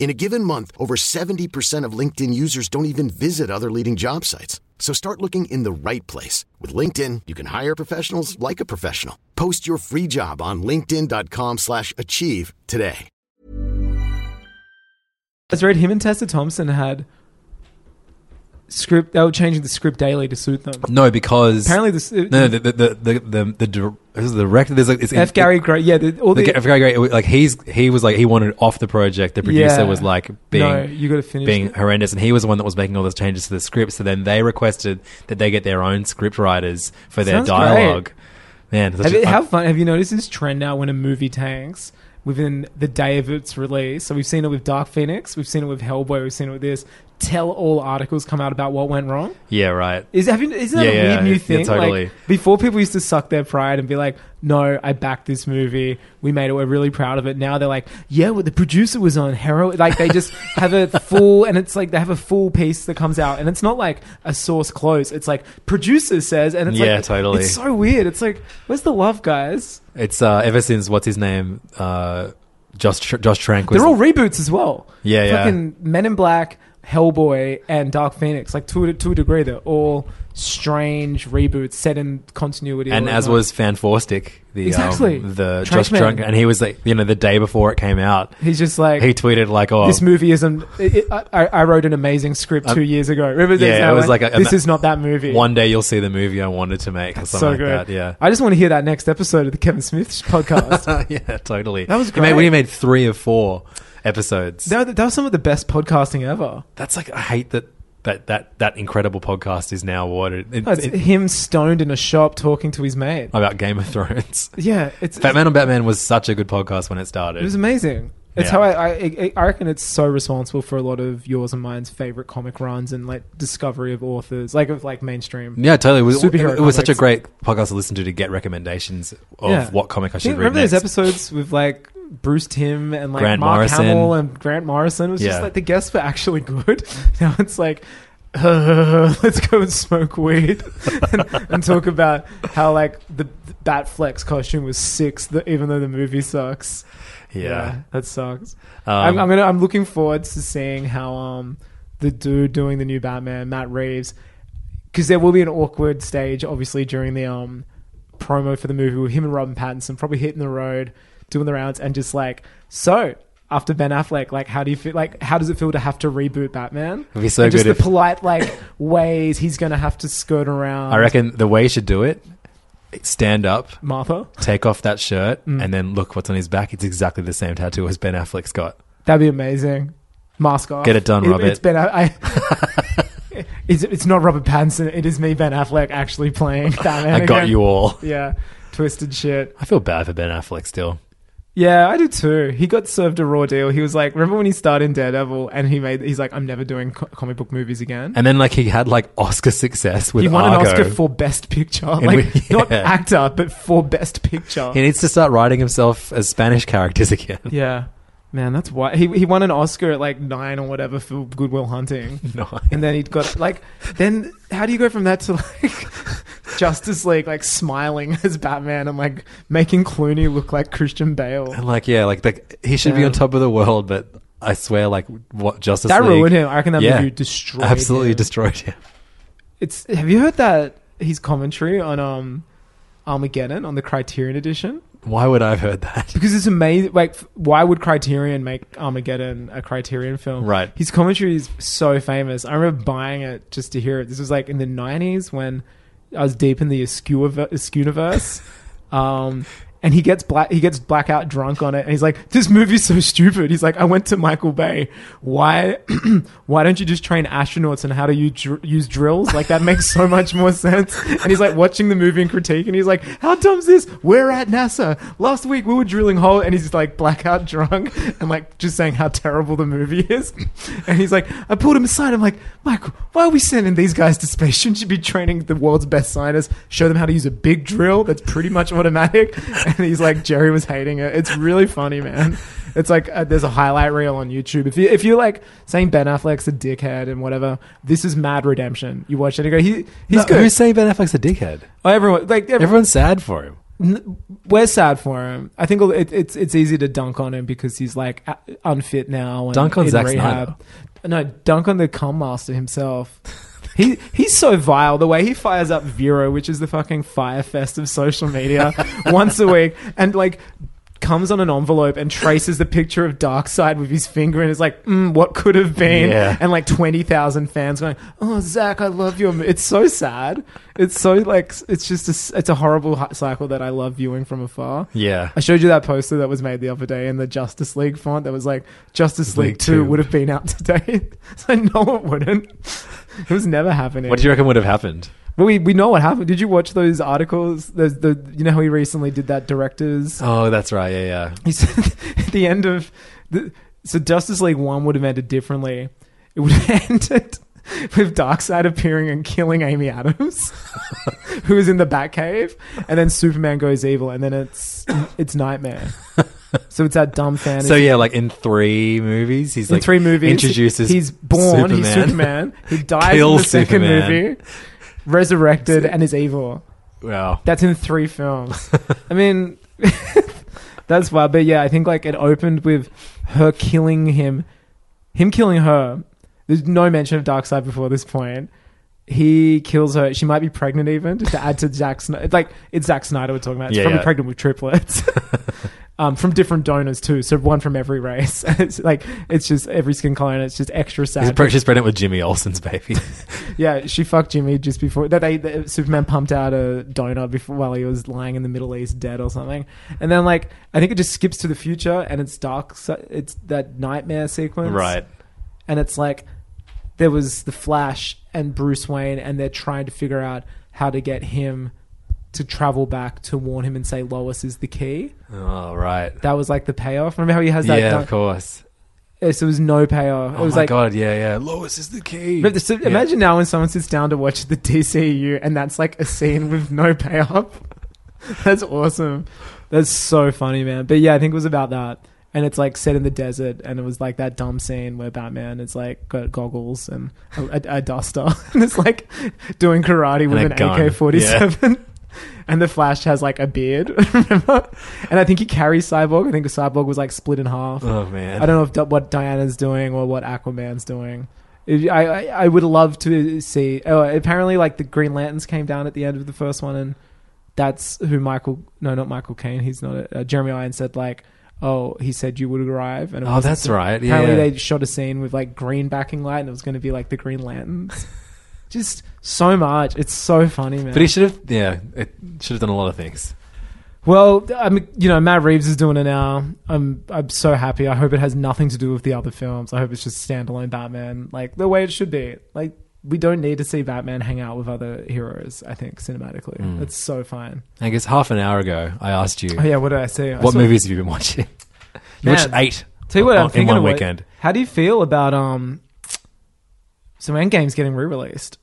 Speaker 1: In a given month, over 70% of LinkedIn users don't even visit other leading job sites. So start looking in the right place. With LinkedIn, you can hire professionals like a professional. Post your free job on linkedin.com/achieve slash achieve today.
Speaker 7: I was read him and Tessa Thompson had script. They were changing the script daily to suit them.
Speaker 6: No, because
Speaker 7: Apparently this- uh,
Speaker 6: no, no, the the the the the, the, dir- who's the director. There's like it's
Speaker 7: F. Gary Gray, yeah, the, all the,
Speaker 6: The, F. Gary Gray, it was, like he's he was like he wanted off the project. The producer
Speaker 7: Yeah.
Speaker 6: was like being
Speaker 7: No, you gotta finish
Speaker 6: being
Speaker 7: it.
Speaker 6: horrendous, and he was the one that was making all those changes to the script. So then they requested that they get their own script writers for their
Speaker 7: Sounds great.
Speaker 6: dialogue. Man, such
Speaker 7: Have
Speaker 6: a- uh,
Speaker 7: you,
Speaker 6: I-
Speaker 7: how fun have you noticed this trend now when a movie tanks within the day of its release? So we've seen it with Dark Phoenix, we've seen it with Hellboy, we've seen it with this. Tell all articles come out about what went wrong.
Speaker 6: yeah, right.
Speaker 7: Is have you, isn't that
Speaker 6: Yeah,
Speaker 7: a
Speaker 6: yeah,
Speaker 7: weird new
Speaker 6: yeah,
Speaker 7: thing?
Speaker 6: totally.
Speaker 7: Like before, people used to suck their pride and be like, "No, I backed this movie. We made it. We're really proud of it." Now they're like, "Yeah, well, the producer was on heroin." Like they just have a full, and it's like they have a full piece that comes out, and it's not like a source close. It's like producer says, and it's
Speaker 6: Yeah,
Speaker 7: like,
Speaker 6: totally.
Speaker 7: It's so weird. It's like, where's the love, guys?
Speaker 6: It's uh, ever since what's his name, uh, Josh Tr- Josh Trank was
Speaker 7: They're all reboots as well.
Speaker 6: Yeah, yeah.
Speaker 7: Fucking Men in Black, Hellboy, and Dark Phoenix. Like to a, to a degree, they're all strange reboots set in continuity.
Speaker 6: and
Speaker 7: or
Speaker 6: as
Speaker 7: whatnot.
Speaker 6: was Fanforstic, the
Speaker 7: Exactly.
Speaker 6: um, the
Speaker 7: Trankman.
Speaker 6: Josh Trank, and he was like you know the day before it came out,
Speaker 7: He's just like
Speaker 6: he tweeted like oh
Speaker 7: this movie isn't. It, I, I I wrote an amazing script two years ago. Remember this?
Speaker 6: Uh, yeah, it
Speaker 7: I
Speaker 6: was
Speaker 7: went,
Speaker 6: like a-
Speaker 7: this
Speaker 6: an-
Speaker 7: is not that movie.
Speaker 6: one day you'll see the movie I wanted to make or
Speaker 7: It's
Speaker 6: something
Speaker 7: so
Speaker 6: like
Speaker 7: good.
Speaker 6: that. Yeah.
Speaker 7: I just want to hear that next episode of the Kevin Smith podcast.
Speaker 6: yeah, totally.
Speaker 7: That was
Speaker 6: He made,
Speaker 7: great.
Speaker 6: we made three or four episodes.
Speaker 7: that, that was some of the best podcasting ever.
Speaker 6: That's like I hate that that that that incredible podcast is now what it, it-
Speaker 7: No, it's
Speaker 6: it- Uh,
Speaker 7: him stoned in a shop talking to his mate.
Speaker 6: about Game of Thrones.
Speaker 7: Yeah, it's
Speaker 6: Batman on Batman was such a good podcast when it started.
Speaker 7: It was amazing. It's
Speaker 6: Yeah.
Speaker 7: how I, I I- I reckon it's so responsible for a lot of yours and mine's favorite comic runs and like discovery of authors, like of like mainstream.
Speaker 6: yeah, totally. It was, it,
Speaker 7: Superhero
Speaker 6: it was such a
Speaker 7: comics.
Speaker 6: great podcast to listen to to get recommendations of
Speaker 7: Yeah.
Speaker 6: what comic I should
Speaker 7: Think-
Speaker 6: read.
Speaker 7: remember
Speaker 6: next.
Speaker 7: those episodes with like Bruce Tim and like
Speaker 6: Grant
Speaker 7: Mark
Speaker 6: Morrison.
Speaker 7: Hamill and Grant Morrison? It was
Speaker 6: Yeah.
Speaker 7: just like the guests were actually good. now it's like. "Uh, let's go and smoke weed and, and talk about how like the Batflex costume was six, th- even though the movie sucks.
Speaker 6: Yeah.
Speaker 7: that sucks.
Speaker 6: Um,
Speaker 7: I'm, I'm gonna. I'm looking forward to seeing how um the dude doing the new Batman, Matt Reeves, because there will be an awkward stage, obviously during the um promo for the movie with him and Robin Pattinson probably hitting the road, doing the rounds, and just like so. After Ben Affleck, like how do you feel? Like how does it feel to have to reboot Batman?
Speaker 6: It'd be so
Speaker 7: And just
Speaker 6: good
Speaker 7: the
Speaker 6: if-
Speaker 7: polite like ways he's gonna have to skirt around.
Speaker 6: I reckon the way you should do it: stand up,
Speaker 7: Martha.
Speaker 6: take off that shirt,
Speaker 7: Mm.
Speaker 6: and then look what's on his back. It's exactly the same tattoo as Ben Affleck's got.
Speaker 7: That'd be amazing. Mask off.
Speaker 6: Get it done, Robert.
Speaker 7: It's Ben. I, it's, it's not Robert Pattinson. It is me, Ben Affleck, actually playing Batman.
Speaker 6: I got
Speaker 7: again.
Speaker 6: you all.
Speaker 7: Yeah, twisted shit.
Speaker 6: I feel bad for Ben Affleck still.
Speaker 7: Yeah, I do too. He got served a raw deal. He was like, remember when he starred in Daredevil and he made? He's like, I'm never doing co- comic book movies again.
Speaker 6: And then like he had like Oscar success with
Speaker 7: he won
Speaker 6: Argo.
Speaker 7: an Oscar for Best Picture, like
Speaker 6: we- yeah.
Speaker 7: not actor, but for Best Picture.
Speaker 6: he needs to start writing himself as Spanish characters again.
Speaker 7: yeah, man, that's why he he won an Oscar at like nine or whatever for Goodwill Hunting.
Speaker 6: no.
Speaker 7: And then he'd got like, then how do you go from that to like Justice League, like smiling as Batman and like making Clooney look like Christian Bale?
Speaker 6: And like yeah, like the, he should be
Speaker 7: Yeah.
Speaker 6: on top of the world, but I swear like what Justice
Speaker 7: That
Speaker 6: League-
Speaker 7: ruined him. I reckon that
Speaker 6: Yeah.
Speaker 7: movie destroyed.
Speaker 6: absolutely
Speaker 7: him.
Speaker 6: destroyed him.
Speaker 7: It's. Have you heard that his commentary on um Armageddon on the Criterion edition?
Speaker 6: Why would I have heard that?
Speaker 7: Because it's amazing. Like, f- why would Criterion make Armageddon a Criterion film?
Speaker 6: Right.
Speaker 7: His commentary is so famous. I remember buying it just to hear it. This was like in the '90s when I was deep in the Askew universe. um, and he gets black he gets blackout drunk on it and he's like this movie's so stupid he's like i went to michael bay why why don't you just train astronauts on how to use, dr- use drills like that makes so much more sense and he's like watching the movie and critique and he's like how dumb's this we're at nasa last week we were drilling hole and he's like blackout drunk and like just saying how terrible the movie is and he's like i pulled him aside i'm like michael why are we sending these guys to space shouldn't you be training the world's best scientists show them how to use a big drill that's pretty much automatic and he's like jerry was hating it it's really funny man it's like uh, there's a highlight reel on youtube if, you, if you're like saying ben affleck's a dickhead and whatever this is mad redemption you watch it and go he, he's
Speaker 6: No,
Speaker 7: good
Speaker 6: Who's saying Ben Affleck's a dickhead?
Speaker 7: Oh, everyone like everyone,
Speaker 6: Everyone's sad for him.
Speaker 7: N- we're sad for him. I think it, it's it's easy to dunk on him because he's like a- unfit now. And
Speaker 6: Dunk on
Speaker 7: in
Speaker 6: Zack
Speaker 7: rehab. No, dunk on the cum master himself. He he's so vile. The way he fires up Vero, which is the fucking fire fest of social media, once a week, and like comes on an envelope and traces the picture of Darkseid with his finger and is like, mm, "What could have been?"
Speaker 6: Yeah.
Speaker 7: And like twenty thousand fans going, "Oh, Zach, I love your." mo-" It's so sad. It's so like it's just a, s- it's a horrible hi- cycle that I love viewing from afar.
Speaker 6: Yeah.
Speaker 7: I showed you that poster that was made the other day in the Justice League font that was like Justice League,
Speaker 6: League
Speaker 7: 2
Speaker 6: two.
Speaker 7: would have been out today. so no it wouldn't. It was never happening.
Speaker 6: What do you reckon would have happened?
Speaker 7: but we, we know what happened. Did you watch those articles? Those, the you know how he recently did that directors
Speaker 6: Oh, that's right. Yeah, yeah.
Speaker 7: he said at the end of the, so Justice League One would have ended differently. It would have ended with Darkseid appearing and killing Amy Adams, who is in the Batcave, and then Superman goes evil, and then it's it's Nightmare. So it's that dumb fantasy.
Speaker 6: So yeah, like in three movies, he's
Speaker 7: in
Speaker 6: like
Speaker 7: three movies,
Speaker 6: Introduces
Speaker 7: he's born,
Speaker 6: Superman,
Speaker 7: he's Superman. He dies in
Speaker 6: Kills
Speaker 7: the second
Speaker 6: Superman.
Speaker 7: movie, resurrected, and is evil.
Speaker 6: wow.
Speaker 7: That's in three films. I mean, that's why. But yeah, I think like it opened with her killing him, him killing her. There's no mention of Darkseid before this point. He kills her. She might be pregnant even to add to Zack Snyder. Like it's Zack Snyder we're talking about. It's
Speaker 6: Yeah,
Speaker 7: probably
Speaker 6: yeah.
Speaker 7: pregnant with triplets. Um, from different donors too, so one from every race. it's like it's just every skin color, and it's just extra sad.
Speaker 6: He's pre- she's pregnant with Jimmy Olsen's baby.
Speaker 7: Yeah, she fucked Jimmy just before that. They that Superman pumped out a donor before while he was lying in the Middle East dead or something, and then like I think it just skips to the future and it's dark. si- It's that nightmare sequence,
Speaker 6: right.
Speaker 7: And it's like there was the Flash and Bruce Wayne, and they're trying to figure out how to get him to travel back to warn him and say Lois is the key.
Speaker 6: Oh, right.
Speaker 7: That was like the payoff. Remember how he has that?
Speaker 6: yeah,
Speaker 7: dun-
Speaker 6: of course.
Speaker 7: Yes, It was no payoff. It
Speaker 6: Oh
Speaker 7: was
Speaker 6: my
Speaker 7: like
Speaker 6: god. Yeah, yeah. Lois is the key.
Speaker 7: But so
Speaker 6: Yeah.
Speaker 7: imagine now when someone sits down to watch the DCU and that's like a scene with no payoff. that's awesome. That's so funny, man. But yeah, I think it was about that. And it's like set in the desert, and it was like that dumb scene where Batman is like got goggles and a, a, a duster, and it's like doing karate with
Speaker 6: a
Speaker 7: an
Speaker 6: gun.
Speaker 7: AK forty seven. And the Flash has like a beard, remember? And I think he carries Cyborg. I think Cyborg was like split in half.
Speaker 6: Oh man.
Speaker 7: I don't know if di- what Diana's doing or what Aquaman's doing. If- I, I I would love to see. Oh, apparently, like the Green Lanterns came down at the end of the first one, and that's who Michael. No, not Michael Caine. He's not. A, uh, Jeremy Irons said like, oh, he said you would arrive, and it
Speaker 6: Oh,
Speaker 7: wasn't
Speaker 6: that's
Speaker 7: so-
Speaker 6: right. Yeah.
Speaker 7: Apparently, they shot a scene with like green backing light, and it was going to be like the Green Lanterns. Just so much. It's so funny, man.
Speaker 6: but he should have. Yeah, it should have done a lot of things.
Speaker 7: Well, I mean, you know, Matt Reeves is doing it now. I'm I'm so happy. I hope it has nothing to do with the other films. I hope it's just standalone Batman, like the way it should be. Like we don't need to see Batman hang out with other heroes. I think cinematically,
Speaker 6: Hmm.
Speaker 7: it's so fine.
Speaker 6: I guess half an hour ago, I asked you
Speaker 7: Oh yeah, what did I say?
Speaker 6: what movies have you been watching. You
Speaker 7: Man.
Speaker 6: watched eight.
Speaker 7: Tell you what, I'm
Speaker 6: on-
Speaker 7: thinking
Speaker 6: in one
Speaker 7: of what-
Speaker 6: weekend.
Speaker 7: How do you feel about um? So Endgame's getting re-released.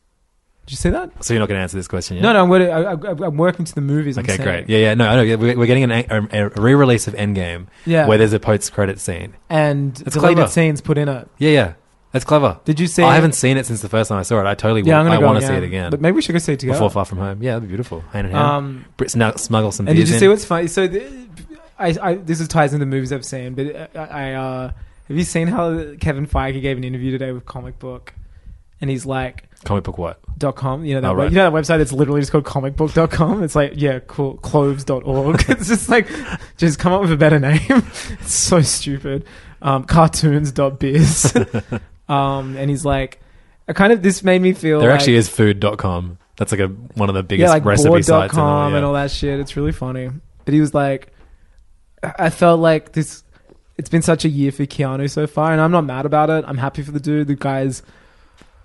Speaker 7: Did you see that?
Speaker 6: So you're not going to answer this question yet.
Speaker 7: No, no. I'm, wor- I, I, I'm working to the movies. I'm
Speaker 6: Okay,
Speaker 7: saying.
Speaker 6: great. Yeah, yeah. No, no. yeah, We're we're getting an, a, a re-release of Endgame.
Speaker 7: Yeah.
Speaker 6: Where there's a post-credit scene.
Speaker 7: And
Speaker 6: That's
Speaker 7: deleted
Speaker 6: clever.
Speaker 7: scenes put in it.
Speaker 6: Yeah, yeah. That's clever.
Speaker 7: Did you see
Speaker 6: I
Speaker 7: it?
Speaker 6: haven't seen it since the first time I saw it. I totally.
Speaker 7: Yeah, I'm
Speaker 6: will.
Speaker 7: gonna
Speaker 6: I
Speaker 7: go.
Speaker 6: want to
Speaker 7: yeah.
Speaker 6: see it again.
Speaker 7: But maybe we should go see it together.
Speaker 6: Before Far From Home. Yeah, that'd be beautiful. Hand in hand.
Speaker 7: Um,
Speaker 6: Brit- snug- smuggle some
Speaker 7: And did
Speaker 6: beers
Speaker 7: you
Speaker 6: in.
Speaker 7: see what's funny? So, the, I, I this is ties into movies I've seen, but I, I uh, have you seen how Kevin Feige gave an interview today with Comic Book, and he's like.
Speaker 6: comic book? What?
Speaker 7: Dot com, you know that
Speaker 6: Oh,
Speaker 7: we-
Speaker 6: right.
Speaker 7: you know that website that's literally just called comicbook.com. It's like, yeah, cool, cloves.org. it's just like just come up with a better name. it's so stupid. Um cartoons.biz. um and he's like I kind of this made me feel
Speaker 6: There
Speaker 7: like,
Speaker 6: actually is food.com. That's like a one of the biggest
Speaker 7: yeah, like
Speaker 6: recipe
Speaker 7: board.com
Speaker 6: sites in the world.
Speaker 7: and all that shit. It's really funny. that he was like, I I felt like this. It's been such a year for Keanu so far, and I'm not mad about it. I'm happy for the dude. The guy's,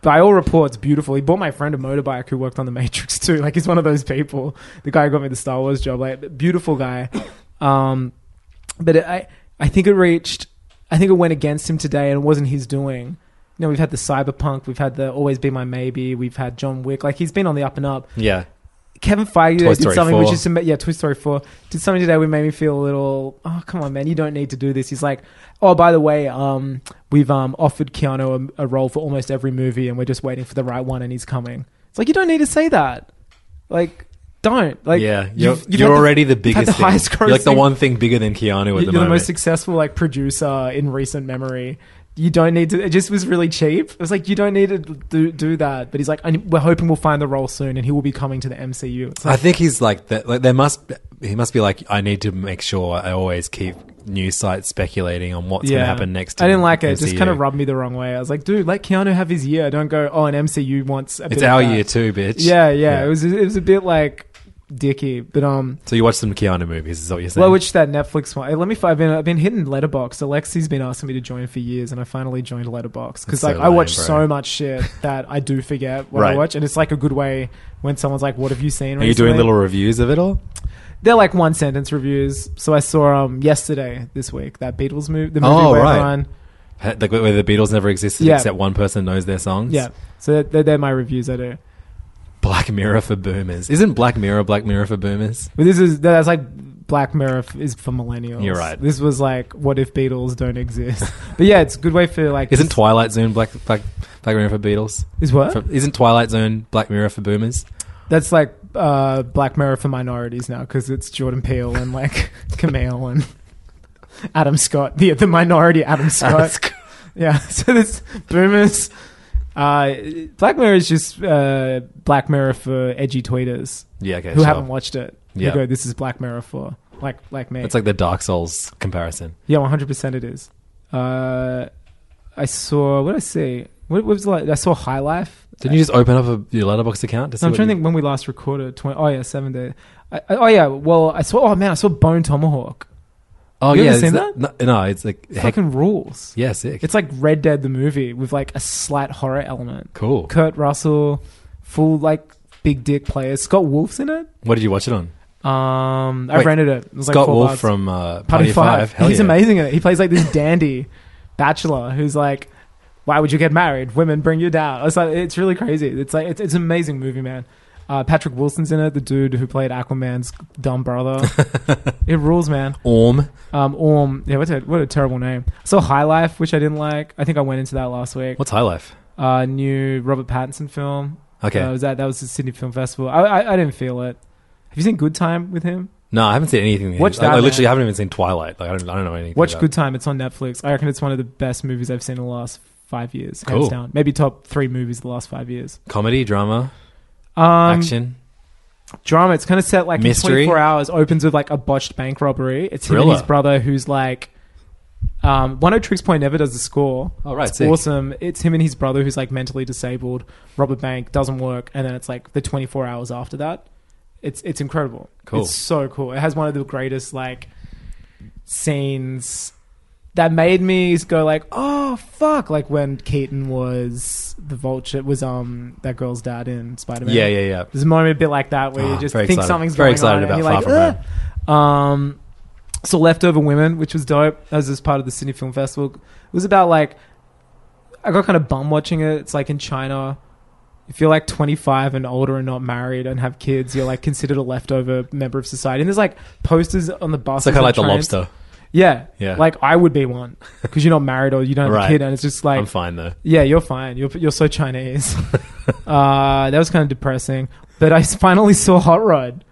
Speaker 7: by all reports, beautiful. He bought my friend a motorbike who worked on The Matrix too. Like he's one of those people. The guy who got me the Star Wars job, like beautiful guy. Um, but it, I, I think it reached. I think it went against him today, and it wasn't his doing. You know, we've had the cyberpunk, we've had the always be my maybe, we've had John Wick. Like he's been on the up and up.
Speaker 6: Yeah.
Speaker 7: Kevin Feige
Speaker 6: Toy
Speaker 7: did
Speaker 6: Story
Speaker 7: something
Speaker 6: 4.
Speaker 7: which is yeah, Toy Story Four did something today which made me feel a little. Oh come on, man, you don't need to do this. He's like, oh by the way, um, we've um offered Keanu a, a role for almost every movie, and we're just waiting for the right one, and he's coming. It's like you don't need to say that. Like, don't like.
Speaker 6: yeah,
Speaker 7: you've-
Speaker 6: you're,
Speaker 7: you've
Speaker 6: you're
Speaker 7: had
Speaker 6: already the
Speaker 7: you've had
Speaker 6: biggest, thing.
Speaker 7: highest
Speaker 6: You're like the
Speaker 7: grossing-
Speaker 6: one thing bigger than Keanu at
Speaker 7: you're
Speaker 6: the
Speaker 7: the most
Speaker 6: moment.
Speaker 7: successful like producer in recent memory. You don't need to. It just was really cheap. It was like you don't need to do, do that. But he's like, I, we're hoping we'll find the role soon, and he will be coming to the MCU. It's
Speaker 6: I
Speaker 7: like,
Speaker 6: think he's like that. Like there must he must be like I need to make sure I always keep news sites speculating on what's going to happen next.
Speaker 7: I
Speaker 6: in
Speaker 7: didn't like it. It just
Speaker 6: MCU.
Speaker 7: kind of rubbed me the wrong way. I was like, dude, let Keanu have his year. Don't go. Oh, an MCU wants. A
Speaker 6: It's
Speaker 7: bit of
Speaker 6: our
Speaker 7: that."
Speaker 6: year too, bitch.
Speaker 7: Yeah, yeah, It was. It was a bit like dicky, but um.
Speaker 6: So you watch some Keanu movies, is what you're saying?
Speaker 7: Well, which that Netflix one? Hey, Let me. fi- I've been I've been hitting Letterbox. Alexi's been asking me to join for years, and I finally joined Letterbox because
Speaker 6: That's so
Speaker 7: like I watch
Speaker 6: lame, bro.
Speaker 7: so much shit that I do forget what
Speaker 6: Right.
Speaker 7: I watch, and it's like a good way when someone's like, "What have you seen?"
Speaker 6: Are you doing little reviews of it all?
Speaker 7: They're like one sentence reviews. So I saw um yesterday this week that Beatles movie, the movie
Speaker 6: Oh,
Speaker 7: where
Speaker 6: right.
Speaker 7: everyone
Speaker 6: Ha- Like where the Beatles never existed
Speaker 7: Yeah.
Speaker 6: except one person knows their songs.
Speaker 7: yeah. So they're, they're my reviews. I do.
Speaker 6: Black Mirror for boomers. Isn't Black Mirror Black Mirror for boomers?
Speaker 7: But this is that's like Black Mirror f- is for millennials.
Speaker 6: You're right.
Speaker 7: This was like, what if Beatles don't exist? but yeah, it's a good way for like.
Speaker 6: Isn't
Speaker 7: this-
Speaker 6: Twilight Zone Black Black Black Mirror for Beatles?
Speaker 7: Is what?
Speaker 6: For- isn't Twilight Zone Black Mirror for boomers?
Speaker 7: That's like uh, Black Mirror for minorities now because it's Jordan Peele and like Camille and Adam Scott, the the minority Adam Scott. Yeah, so this boomers. Uh, Black Mirror is just uh, Black Mirror for edgy tweeters
Speaker 6: Yeah, okay.
Speaker 7: who
Speaker 6: sure.
Speaker 7: haven't watched it. Yeah,
Speaker 6: Yeah.
Speaker 7: go. This is Black Mirror for like like me.
Speaker 6: It's like the Dark Souls comparison.
Speaker 7: Yeah, one hundred percent it is. Uh, I saw what did I see. What, what was it like? I saw High Life.
Speaker 6: Didn't you just open up a, your letterbox account? To see
Speaker 7: I'm
Speaker 6: what
Speaker 7: trying to
Speaker 6: you-
Speaker 7: think when we last recorded. 20, oh yeah, seven days. I, I, oh yeah. Well, I saw. Oh man, I saw Bone Tomahawk.
Speaker 6: Oh
Speaker 7: You
Speaker 6: yeah,
Speaker 7: haven't
Speaker 6: is
Speaker 7: seen
Speaker 6: No, no, it's like
Speaker 7: It
Speaker 6: heck,
Speaker 7: Fucking rules.
Speaker 6: yeah, sick.
Speaker 7: It's like Red Dead the movie with like a slight horror element.
Speaker 6: cool.
Speaker 7: Kurt Russell, full like big dick players. Scott Wolf's in it.
Speaker 6: What did you watch it on?
Speaker 7: Um, I
Speaker 6: Wait,
Speaker 7: rented it. It was like
Speaker 6: Scott
Speaker 7: four
Speaker 6: Wolf
Speaker 7: bucks.
Speaker 6: from uh,
Speaker 7: Party Five.
Speaker 6: Hell
Speaker 7: He's
Speaker 6: yeah.
Speaker 7: amazing in it. He plays like this dandy bachelor who's like, "Why would you get married? Women bring you down." It's like it's really crazy. It's like it's, it's an amazing movie, man. Uh, Patrick Wilson's in it, the dude who played Aquaman's dumb brother. it rules, man.
Speaker 6: Orm.
Speaker 7: Um, Orm, yeah, what a what a terrible name. So High Life, which I didn't like. I think I went into that last week.
Speaker 6: What's High Life?
Speaker 7: Uh, new Robert Pattinson film.
Speaker 6: Okay.
Speaker 7: Uh, was that that was the Sydney Film Festival. I, I I didn't feel it. Have you seen Good Time with him?
Speaker 6: No, I haven't seen anything.
Speaker 7: Watch
Speaker 6: I- I,
Speaker 7: that,
Speaker 6: literally
Speaker 7: man.
Speaker 6: haven't even seen Twilight. Like I don't, I don't know anything.
Speaker 7: Watch
Speaker 6: about
Speaker 7: Good
Speaker 6: it.
Speaker 7: Time. It's on Netflix. I reckon it's one of the best movies I've seen in the last five years. Hands
Speaker 6: Cool.
Speaker 7: down. Maybe top three movies the last five years.
Speaker 6: comedy, drama,
Speaker 7: Um,
Speaker 6: action.
Speaker 7: Drama. It's kind of set like
Speaker 6: Mystery?
Speaker 7: in 24 hours. Opens with like a botched bank robbery. It's him and
Speaker 6: Thriller.
Speaker 7: his brother who's like... Um, One of Tricks Point never does the score.
Speaker 6: Oh, right,
Speaker 7: It's
Speaker 6: sick.
Speaker 7: awesome. It's him and his brother who's like mentally disabled. Robert Bank doesn't work. And then it's like the 24 hours after that. It's, it's incredible.
Speaker 6: Cool.
Speaker 7: It's so cool. It has one of the greatest like scenes that made me go like, oh fuck, like when Keaton was the vulture was um that girl's dad in Spider Man.
Speaker 6: Yeah, yeah, yeah.
Speaker 7: There's a moment a bit like that where
Speaker 6: Ah,
Speaker 7: you just
Speaker 6: very
Speaker 7: think
Speaker 6: excited.
Speaker 7: something's
Speaker 6: Very
Speaker 7: going
Speaker 6: excited
Speaker 7: on and
Speaker 6: about
Speaker 7: you're
Speaker 6: Far
Speaker 7: like, "Ugh." um. So leftover women, which was dope. That was as part of the Sydney Film Festival. It was about like I got kind of bum watching it. It's like in China. If you're like 25 and older and not married and have kids, you're like considered a leftover member of society. And there's like posters on the bus.
Speaker 6: It's like kind of like the
Speaker 7: trains.
Speaker 6: lobster.
Speaker 7: Yeah.
Speaker 6: Yeah.
Speaker 7: Like I would be one because you're not married or you don't have
Speaker 6: Right.
Speaker 7: a kid, and it's just like,
Speaker 6: I'm fine though.
Speaker 7: yeah, you're fine. You're you're so Chinese. uh, that was kind of depressing, but I finally saw Hot Rod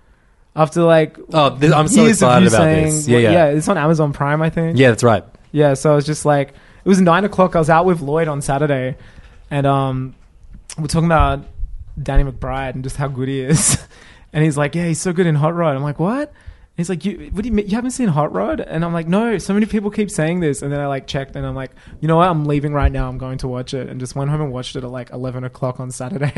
Speaker 7: after like
Speaker 6: Oh, this, I'm so
Speaker 7: years of
Speaker 6: excited
Speaker 7: you
Speaker 6: about
Speaker 7: saying-
Speaker 6: this. Yeah, yeah, yeah,
Speaker 7: It's on Amazon Prime, I think.
Speaker 6: That's right.
Speaker 7: Yeah, so I was just like, it was nine o'clock. I was out with Lloyd on Saturday, and um, we're talking about Danny McBride and just how good he is. and he's like, yeah, he's so good in Hot Rod. I'm like, what? And he's like, you, what do you mean? You haven't seen Hot Rod? And I'm like, no. So many people keep saying this, and then I like checked, and I'm like, you know what? I'm leaving right now. I'm going to watch it, and just went home and watched it at like eleven o'clock on Saturday.